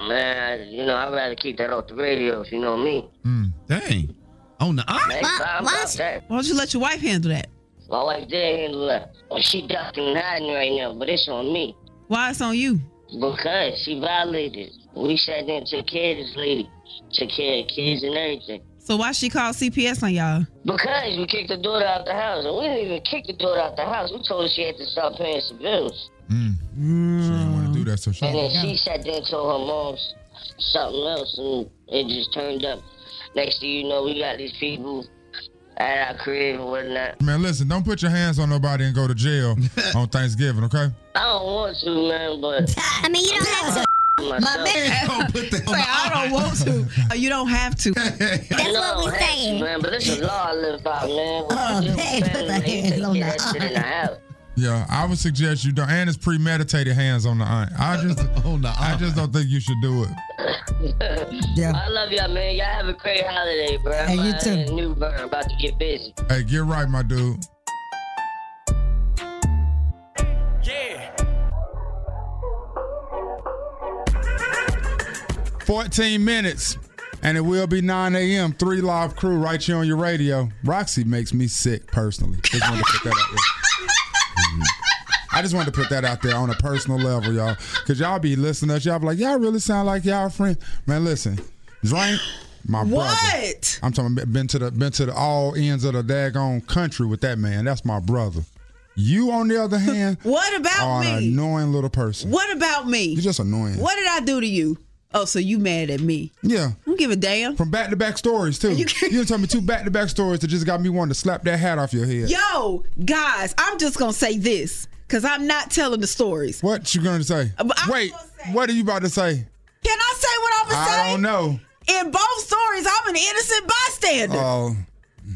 man, you know, I'd rather keep that off the radio, if you know me. Hmm, Dang, on the aunt. Man, how about that? Why don't you let your wife handle that? My wife did handle that. Well, she ducking and hiding right now, but it's on me. Why it's on you? Because she violated. We sat there and took care of this lady. Took care of kids and everything. So why she called CPS on y'all? Because we kicked the daughter out the house. And we didn't even kick the daughter out the house. We told her she had to stop paying some bills. She didn't want to do that, so she. And then she sat there and told her mom s- something else, and it just turned up. Next thing you know, we got these people at our crib and whatnot. Man, listen, don't put your hands on nobody and go to jail on Thanksgiving, okay? I don't want to, man, but. I mean, you don't have to. My man. Don't put Say, I don't want to. Oh, you don't have to. That's what we saying. Man, but this is law I live by, Oh, man. What Uh, you do, family, you take care of that shit in the house. Yeah, I would suggest you don't. And it's premeditated hands on the aunt. I just, I just don't think you should do it. yeah. I love y'all, man. Y'all have a great holiday, bro. Hey, you My too. New burn about to get busy. Hey, get right, my dude. Yeah. 14 minutes, and it will be 9 a.m. Three live crew right here on your radio. Roxy makes me sick personally. Just wanted to put that out there. I just wanted to put that out there on a personal level, y'all. Cause y'all be listening to us. Y'all be like, y'all really sound like y'all friend. Man, listen, drink my brother. What? I'm talking about been to the been to the all ends of the daggone country with that man. That's my brother. You on the other hand, What about are an me? annoying little person. What about me? You're just annoying. What did I do to you? Oh, so you mad at me? Yeah. I don't give a damn. From back to back stories too. You, done told me two back to back stories that just got me wanting to slap that hat off your head. Yo, guys, I'm just gonna say this because I'm not telling the stories. Uh, What you gonna say? Wait, what are you about to say? Can I say what I'm gonna say? I don't know. In both stories, I'm an innocent bystander. Oh,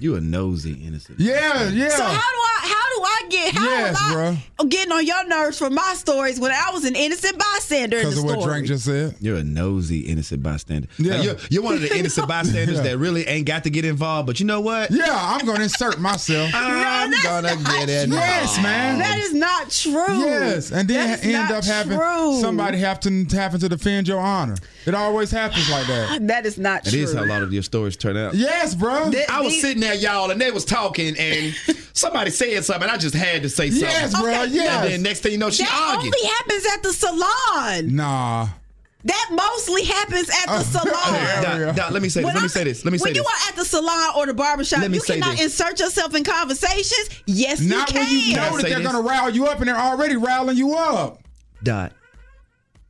you a nosy innocent. Yeah, yeah. So how do I? How do I get? How Yes, am I bruh. getting on your nerves for my stories when I was an innocent bystander in the story? just said. You're a nosy innocent bystander. Yeah. Like, you're, you're one of the innocent bystanders Yeah. that really ain't got to get involved. But you know what? Uh, Yeah, I'm gonna insert myself. I'm gonna get it. Yes, man. That is not true. Yes, and then That's end not up having true. somebody have to having to defend your honor. It always happens like that. That is not That true. is how a lot of your stories turn out. Yes, bro. I was sitting there, y'all, and they was talking, and somebody said something. and I just had to say something. Yes, bruh, And yes. then next thing you know, she that argued. only happens at the salon. Nah. Uh, That mostly happens at the salon. Doc, Doc, let me say this. Let When me I'm- say this. Let me say when this. you are at the salon or the barbershop, Let me you say cannot this. insert yourself in conversations. Yes, Not you can. when you know that they're gonna rile you up, and they're already riling you up. Dot.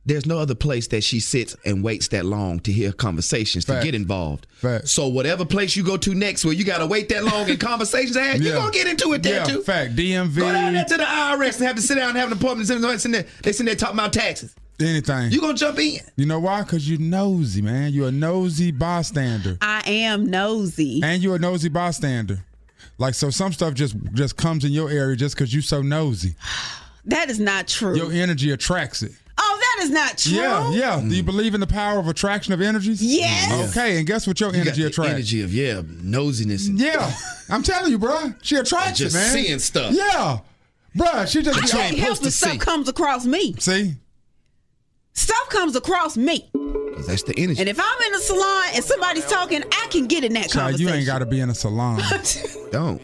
There's no other place that she sits and waits that long to hear conversations to get involved. So whatever place you go to next, where you gotta wait that long and conversations had, you Yeah. gonna get into it there Yeah, too. fact. DMV. Go down there to the IRS and have to sit down and have an appointment. and They sitting there, they sitting there talking about taxes. Anything. You gonna jump in? You know why? Because you're nosy, man. You're a nosy bystander. I am nosy. And you're a nosy bystander. Like so, some stuff just just comes in your area just because you're so nosy. That is not true. Your energy attracts it. oh, that is not true. Yeah, yeah. Do Hmm. you believe in the power of attraction of energies? Yes. Okay, and guess what your You got energy the attracts? Energy of yeah, nosiness. And Yeah, I'm telling you, bruh. She attracts Just it, man. seeing stuff. Yeah, bruh. She just. I be- can't help if stuff comes across me. See, Stuff comes across me, 'Cause That's the energy. and if I'm in the salon and somebody's talking, I can get in that Child, you conversation. ain't got to be in a salon. Don't.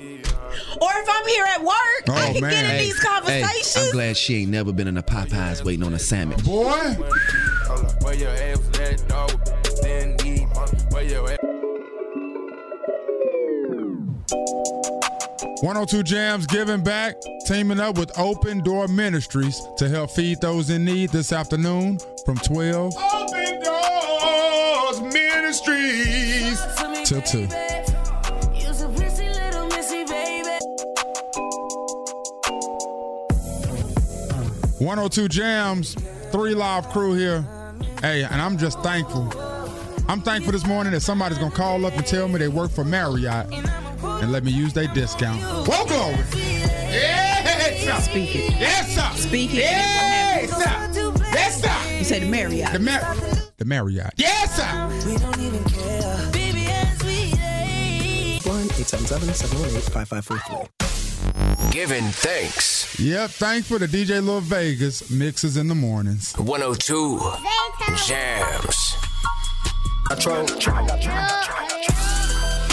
or if I'm here at work, Oh, I can get in Hey, these hey, conversations. I'm glad she ain't never been in a Popeyes waiting on a sandwich. Boy. Where your ass was at, dog? Then need where your ass. 102 Jams giving back, teaming up with Open Door Ministries to help feed those in need this afternoon from 12 Open doors, ministries. till 2. You's a prissy little missy, baby. 102 Jams, three live crew here. Hey, and I'm just thankful. I'm thankful this morning that somebody's gonna call up and tell me they work for Marriott and let me use their discount. Whoa, glory! Yes, sir. Speak it. Yes, sir. Speak it. Yes, sir. Yes, sir. You said Marriott. The, Mar- the Marriott. Yes, sir. We don't even care. Baby, as we age. 1 877 718 5543. Giving thanks. Yep, thankful to DJ Lil Vegas mixes in the mornings. 102 Jams. I try, try, try, try.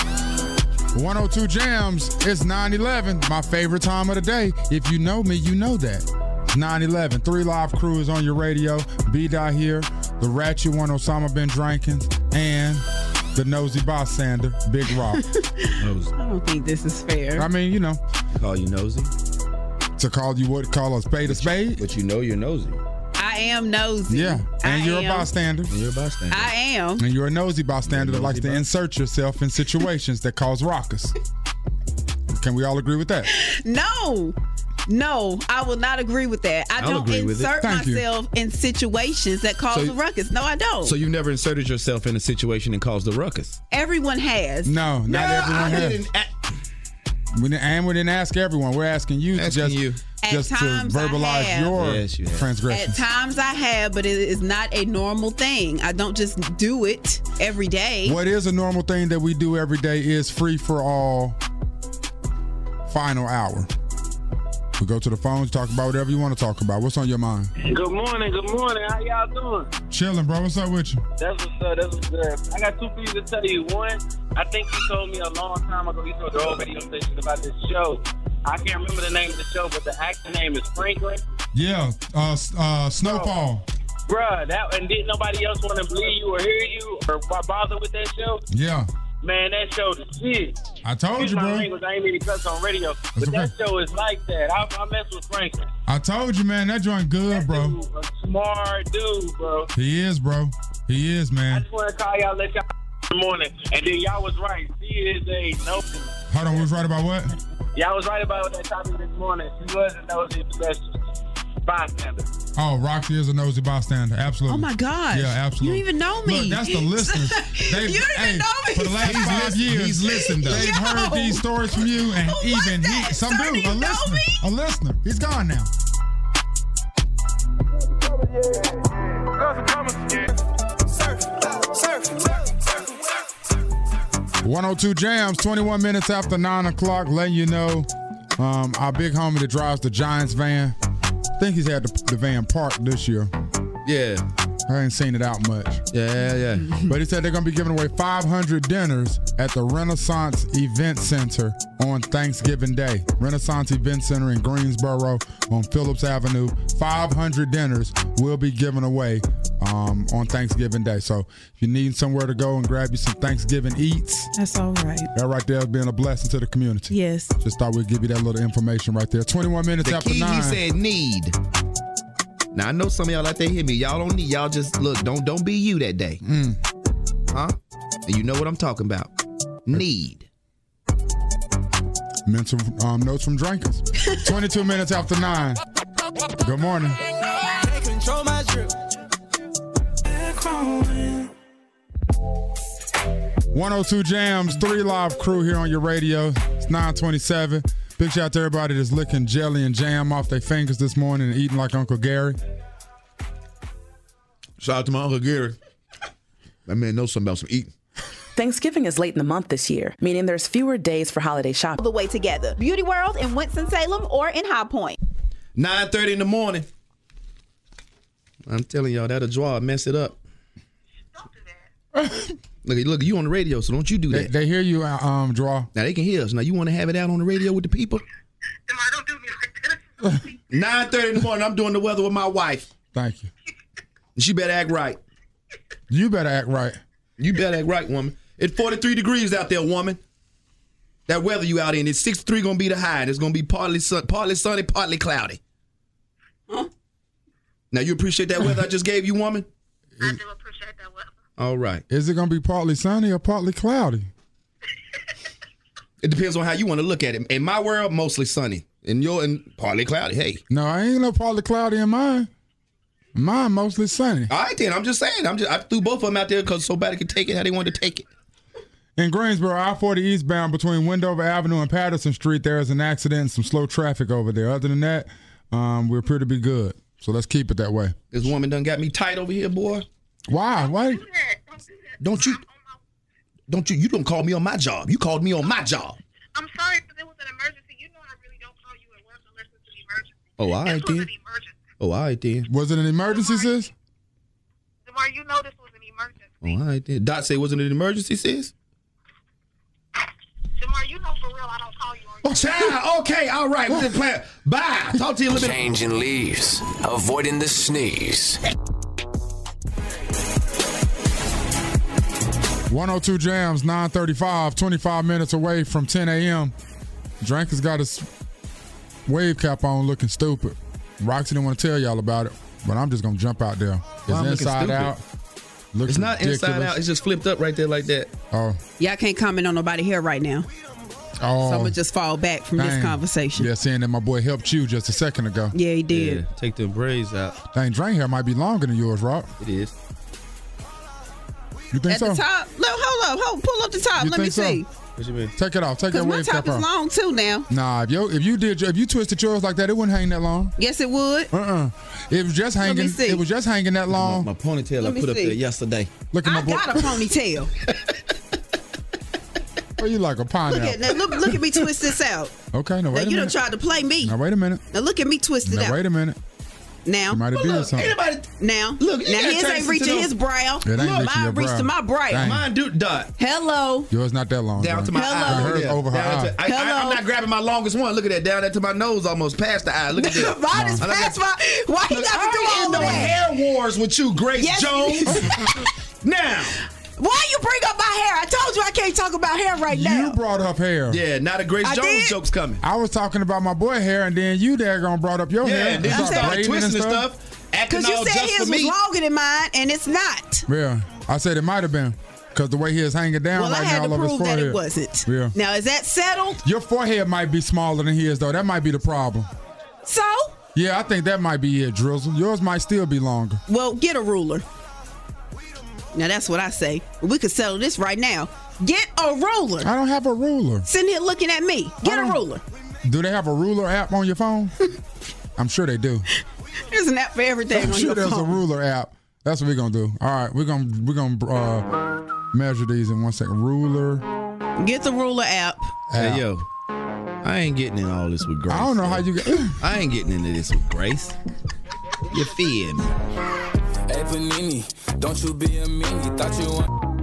102 Jams, it's 9-11, my favorite time of the day. If you know me, you know that. It's 9-11, Three Live Crew is on your radio. B-Dot here, the ratchet one Osama Ben Jenkins, and the nosy bystander, Big Rock. I don't think this is fair. I mean, you know. Call you nosy? To call you what? Call a spade a spade? But you know you're nosy. I am nosy. Yeah, and I you're a am. bystander. And you're a bystander. I am. And you're a nosy bystander that likes to insert yourself in situations that cause ruckus. Can we all agree with that? No. No, I will not agree with that. I I'll don't agree with it. insert Thank you. myself in situations that cause So- a ruckus. No, I don't. So you've never inserted yourself in a situation and caused a ruckus. Everyone has. No, not everyone has. We didn't, and we didn't ask everyone. We're asking you to just, At just to times I verbalize have. your Yes, you have. transgression. At times I have, but it is not a normal thing. I don't just do it every day. What is a normal thing that we do every day is free for all final hour. We go to the phones, talk about whatever you want to talk about. What's on your mind? Good morning, good morning. How y'all doing? Chilling, bro. What's up with you? That's what's up, that's what's up. I got two things to tell you. One, I think you told me a long time ago, you told the old radio station about this show. I can't remember the name of the show, but the actor name is Franklin. Yeah, uh, s- uh, Snowfall. Bruh, that and didn't nobody else want to believe you or hear you or b- bother with that show? Yeah, Man, that show the shit. I told Excuse you, my bro. language, I ain't really cuss on radio, but that show is like that. I, I mess with Franklin. I told you, man. That joint good, bro. A smart dude, bro. He is, bro. He is, I man. just want to call y'all, let y'all in the morning. And then y'all was right. She is a nosy. Hold on, we was right about what? Y'all was right about that topic this morning. She was a nosy possession. Bystander. Oh, Roxy is a nosy bystander. Absolutely. Oh, my gosh. Yeah, absolutely. You don't even know me. Look, that's the listeners. They've- You don't even hey, know me. For the last He's five listen- years, he's listened, though. They've Yo. heard these stories from you, and even he, some dude, a listener, a listener. He's gone now. Surf, surf, surf, surf, surf. 102 Jams, 21 minutes after 9 o'clock, letting you know um, our big homie that drives the Giants van. I think he's had the, the van parked this year. Yeah. I ain't seen it out much. Yeah, yeah. but he said they're gonna be giving away 500 dinners at the Renaissance Event Center on Thanksgiving Day. Renaissance Event Center in Greensboro on Phillips Avenue. 500 dinners will be given away um, on Thanksgiving Day. So if you need somewhere to go and grab you some Thanksgiving eats, That's all right. that right there has been a blessing to the community. Yes. Just thought we'd give you that little information right there. 21 minutes The after key, nine. he said need. Now I know some of y'all out there hear me. Y'all don't need. Y'all just look. Don't don't be you that day. Mm. Huh? And you know what I'm talking about. Need. Mental um, notes from drinkers. 22 minutes after nine. Good morning. Can't control my drip. Back home. 102 Jams, three live crew here on your radio. It's 927. Big shout out to everybody that's licking jelly and jam off their fingers this morning and eating like Uncle Gary. Shout out to my uncle Gary. That man knows something about some eating. Thanksgiving is late in the month this year, meaning there's fewer days for holiday shopping. all the way together. Beauty World in Winston-Salem or in High Point. 9:30 in the morning. I'm telling y'all that'll draw mess it up. Don't do that. look, look, you on the radio, so don't you do that. They, hear you, um, draw. Now they can hear us. Now you want to have it out on the radio with the people? Nine thirty in the morning. I'm doing the weather with my wife. Thank you. She better act right. You better act right. You better act right, woman. It's 43 degrees out there, woman. That weather you out in, it's 63 gonna be the high, and it's gonna be partly sun, partly sunny, partly cloudy. Now you appreciate that weather I just gave you, woman? All right. Is it going to be partly sunny or partly cloudy? It depends on how you want to look at it. In my world, mostly sunny. In your and partly cloudy. Hey. No, I ain't no partly cloudy in mine. Mine mostly sunny. All right then. I'm just saying. I'm just I threw both of them out there because somebody could take it how they wanted to take it. In Greensboro, I 40 eastbound between Wendover Avenue and Patterson Street, there is an accident and some slow traffic over there. Other than that, um, we appear to be good. So let's keep it that way. This woman done got me tight over here, boy. Why? Why? Don't you? Don't you? You don't call me on my job. You called me on my job. I'm sorry, but it was an emergency. You know I really don't call you at once unless it's an emergency. Oh, all right This was then. an emergency. Oh, all right then. Was it an emergency, sis? Demar, you know this was an emergency. Oh, all right then. Dot say, wasn't it an emergency, sis? Demar, you know for real I don't call you. Oh, child. Okay. All right. We're just playing. Bye. Talk to you a little bit. Changing leaves, avoiding the sneeze. 102 Jams, 935, 25 minutes away from 10 a.m. Drank has got his wave cap on looking stupid. Roxy didn't want to tell y'all about it, but I'm just going to jump out there. It's I'm looking inside stupid? out. Looks It's not inside ridiculous. out. It's just flipped up right there like that. Oh. Y'all can't comment on nobody here right now. Oh. So I'm gonna just fall back from this Dang. conversation. Yeah, seeing that my boy helped you just a second ago. Yeah, he did. Take the braids out. Dang, drain hair might be longer than yours, Rock. It is. You think At so? the top, look, hold up, hold, pull up the top. You Let me think so? see. What you mean? Take it off. Take Cause that my wave top cap is off. long too now. Nah, if you if you did if you twisted yours like that, it wouldn't hang that long. Yes, it would. Uh uh It was just Let me hanging. see. It was just hanging that long. My ponytail Let I me put up see. there yesterday. Look at my I boy. got a ponytail. Oh, you like a Look at pineapple? now, look, look at me twist this out. Okay, now Now wait you a done minute. tried to play me. Now wait a minute. Now look at me twist it Now out. wait a minute. Now, You might have did something. now, look, you now gotta his take ain't some to reaching them. his brow. It ain't Oh, reaching Look, your mine reached brow. to my brow. Dang. Mine do dot. Hello. Yours not that long. Down Dre. to my eye. Hers Look at that. over her Down eye. to- I, I, I'm not grabbing my longest one. Look at that. Down there to my nose, almost past the eye. Look at that. Mine is I like past that. my. Why you Look, got to do I all ain't of no that? hair wars with you, Grace Yes, Jones. now, Why you bring up my hair? I told you I can't talk about hair right You now. brought up hair. yeah, not a Grace I Jones did. joke's coming. I was talking about my boy hair, and then you there gonna brought up your hair. Yeah, and then you Oh, Start start braiding twisting and stuff, acting Because you all said just his for was me. longer than mine, and it's not. Yeah, I said it might have been because the way he is hanging down Well, I right had now, to all over his prove that forehead. it wasn't. Yeah. Now, is that settled? Your forehead might be smaller than his though. That might be the problem. So, Yeah, I think that might be it, Drizzle. Yours might still be longer. well, get a ruler. Now, that's what I say. We could settle this right now. Get a ruler. I don't have a ruler. Sitting here looking at me. Get a ruler. Do they have a ruler app on your phone? I'm sure they do. There's an app for everything I'm on sure your there's a phone. ruler app. That's what we're gonna do. All right, we're gonna we're gonna uh, measure these in one second. Ruler. Get the ruler app. app. Hey, yo. I ain't getting in all this with Grace. I don't know how you get. I ain't getting into this with Grace. You feel me? Hey, Panini, don't you be a meanie. Thought you want.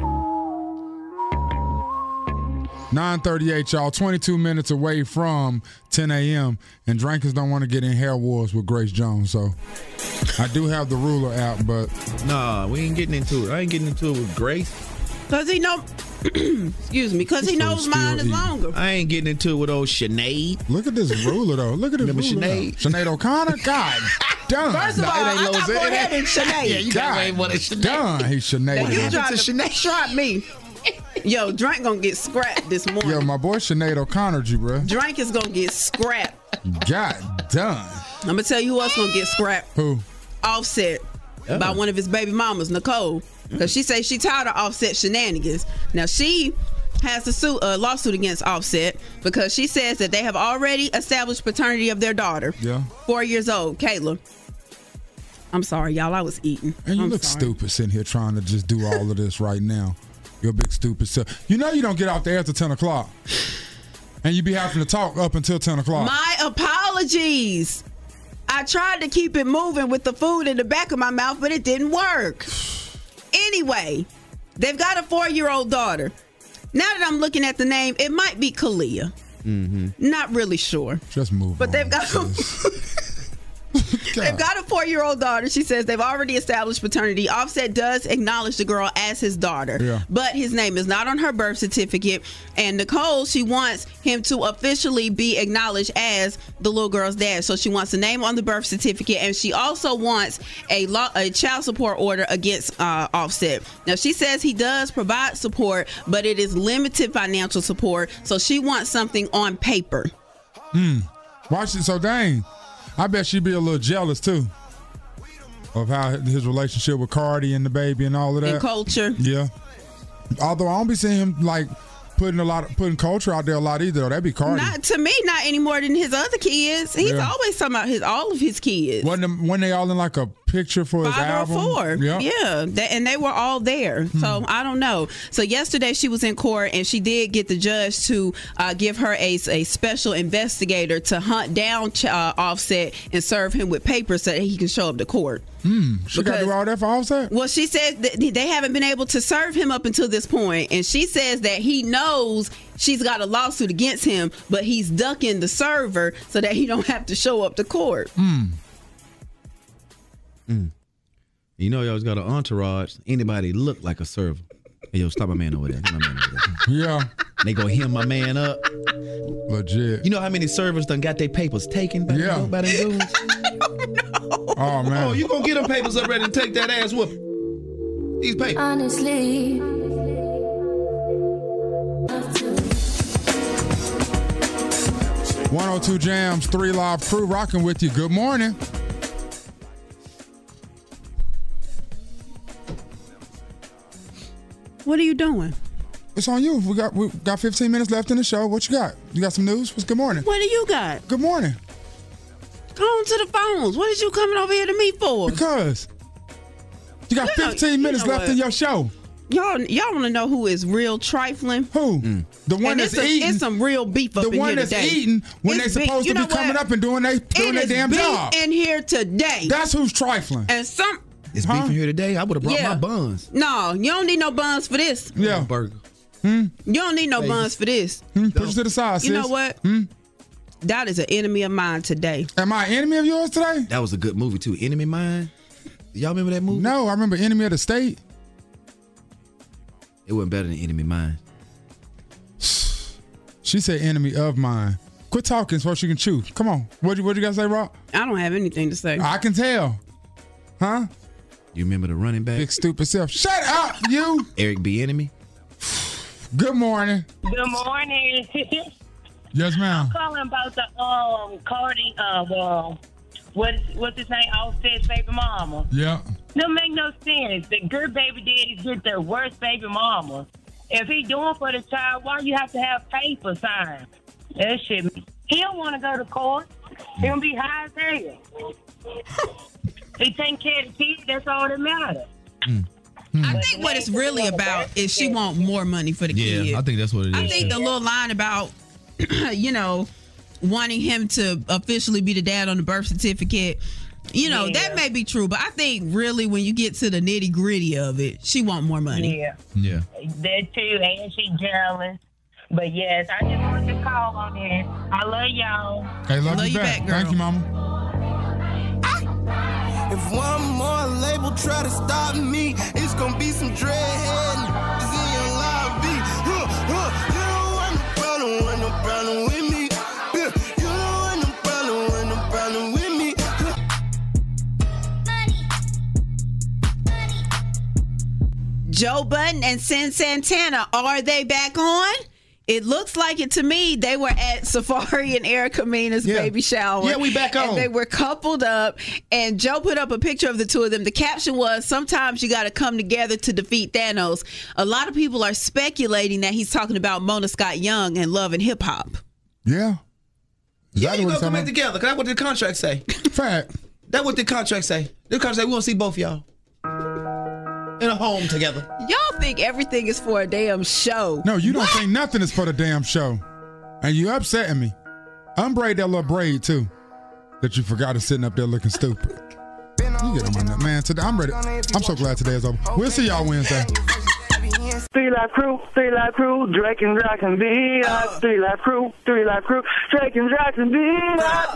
938, y'all, 22 minutes away from 10 a.m. And drinkers don't want to get in hair wars with Grace Jones. So I do have the ruler out, but. Nah, we ain't getting into it. I ain't getting into it with Grace. Cause he know, excuse me, because he knows mine is longer. I ain't getting into it with old Sinead. Look at this ruler though. Look at this Remember ruler, Sinead? though. Sinead O'Connor? God done. First of all, I got more hair than Sinead. Yeah, you got way more than Sinead. Done. He's Now you Sinead. try to strap me. Yo, Drake gonna get scrapped this morning. Yo, my boy Sinead O'Connor, you, bruh. Drake is gonna get scrapped. God done. I'm gonna tell you who else gonna get scrapped. Who? Offset Oh. by one of his baby mamas, Nicole, because she says she tired of Offset shenanigans. Now she has a suit, a lawsuit against Offset because she says that they have already established paternity of their daughter, Yeah. four years old, Kayla. I'm sorry, y'all. I was eating. And you I'm look sorry. stupid sitting here trying to just do all of this right now. You're a big stupid self. You know you don't get off the air till 10 o'clock. And you be having to talk up until 10 o'clock. My apologies. I tried to keep it moving with the food in the back of my mouth, but it didn't work. Anyway, they've got a four year old daughter. Now that I'm looking at the name, it might be Kalia. mm-hmm. Not really sure. Just move But on. they've got they've got a four year old daughter. She says they've already established paternity. Offset does acknowledge the girl as his daughter, Yeah. but his name is not on her birth certificate. And Nicole, she wants him to officially be acknowledged as the little girl's dad. So she wants a name on the birth certificate, and she also wants a law, a child support order against uh, Offset. Now she says he does provide support, but it is limited financial support. So she wants something on paper. Hmm. Watch it. So dang, I bet she'd be a little jealous too of how his relationship with Cardi and the baby and all of that And culture. Yeah. Although I don't be seeing him like putting a lot, putting culture out there a lot either. Though. That'd be Cardi. Not to me, not any more than his other kids. He's Yeah. always talking about his all of his kids. Wasn't them- weren't they all in like a picture for his Five album? or four, Yeah. Hmm. yeah, That- and they were all there. So I don't know. So yesterday she was in court, and she did get the judge to uh, give her a, a special investigator to hunt down uh, Offset and serve him with papers so that he can show up to court. Mm. Hmm. She gotta do all that for Offset. Well, she says that they haven't been able to serve him up until this point, and she says that he knows she's got a lawsuit against him, but he's ducking the server so that he don't have to show up to court. Hmm. You know, y'all's got an entourage. Anybody look like a server? Hey, yo, stop my man over there. Stop My man over there. Yeah. They gonna hem my man up. Legit. You know how many servers done got their papers taken by yeah. by them dudes? Oh man. Oh, you gonna get them papers up ready to take that ass whoop? These papers. Honestly. One hundred two jams, three live crew rocking with you. Good morning. What are you doing? It's on you. We got we got 15 minutes left in the show. What you got? You got some news? What's good morning? What do you got? Good morning. Go on to the phones. What is you coming over here to me for? Because you got 15 minutes left in your show. Y'all, y'all want to know who is real trifling? Who? Mm. The one And that's it's a- eating. It's some real beef up the in one here that's today. eating when It's they beef. supposed You to know be coming what? up and doing they doing It their is damn beef job. in here today. That's who's trifling. and some It's beef in here today. I would have brought Yeah. my buns. no, you don't need no buns for this. Yeah. Burger. You don't need no Vegas. buns for this. Hmm, push it to the side, You know sis. Hmm? what? That is an enemy of mine today. Am I an enemy of yours today? That was a good movie too. Enemy Mine. Y'all remember that movie? No, I remember Enemy of the State. It wasn't better than Enemy Mine. She said enemy of mine. Quit talking so she can chew. Come on. What you what you gotta say, Rock? I don't have anything to say. I can tell. Huh? You remember the running back? Big stupid self. Shut up, you. Eric B. Enemy. Good morning. Good morning. Yes, ma'am. Calling about the um Cardi uh well what what's his name? Offset's baby mama. Yeah. Don't make no sense. The good baby daddies get their worst baby mama. If he doing for the child, why you have to have paper signed? That shit. He don't want to go to court. He gonna be high as hell. he take care of the kids. That's all that matters. Hmm. I think what it's really about is she want more money for the Yeah, kid. I think that's what it I is, think too. the little line about, you know, wanting him to officially be the dad on the birth certificate. You know that may be true, but I think really when you get to the nitty gritty of it, she want more money. Yeah. Yeah. That too, and she jealous. But yes, I just wanted to call on it. I love y'all. Hey, love, you, back. Thank you, mama. If one more label try to stop me, it's gonna be some dreadhead niggas in your lobby. Huh, huh. You don't want no problem, want no problem with me. Yeah, You don't want no problem, want no problem with me. Huh. Joe Budden and Sin Santana, are they back on? It looks like it to me. They were at Safari and Erica Mina's baby shower. Yeah, we back on. And they were coupled up, and Joe put up a picture of the two of them. The caption was, "Sometimes you got to come together to defeat Thanos." A lot of people are speculating that he's talking about Mona Scott Young and Love and Hip Hop. Yeah. Yeah, you what gonna it's come back about. together. Cause that's what the contract say. Fact. That's what the contract say. The contract say we want to see both y'all in a home together. Y'all think everything is for a damn show? No, you don't think nothing is for the damn show. And you upsetting me. Unbraid that little braid too. That you forgot is sitting up there looking stupid. You get on my nerve. man. Today I'm ready. I'm so glad today is over. We'll see y'all Wednesday. Three live crew, three live crew, Drake and Jackson V. Three live crew, three live crew, Drake and Jackson V.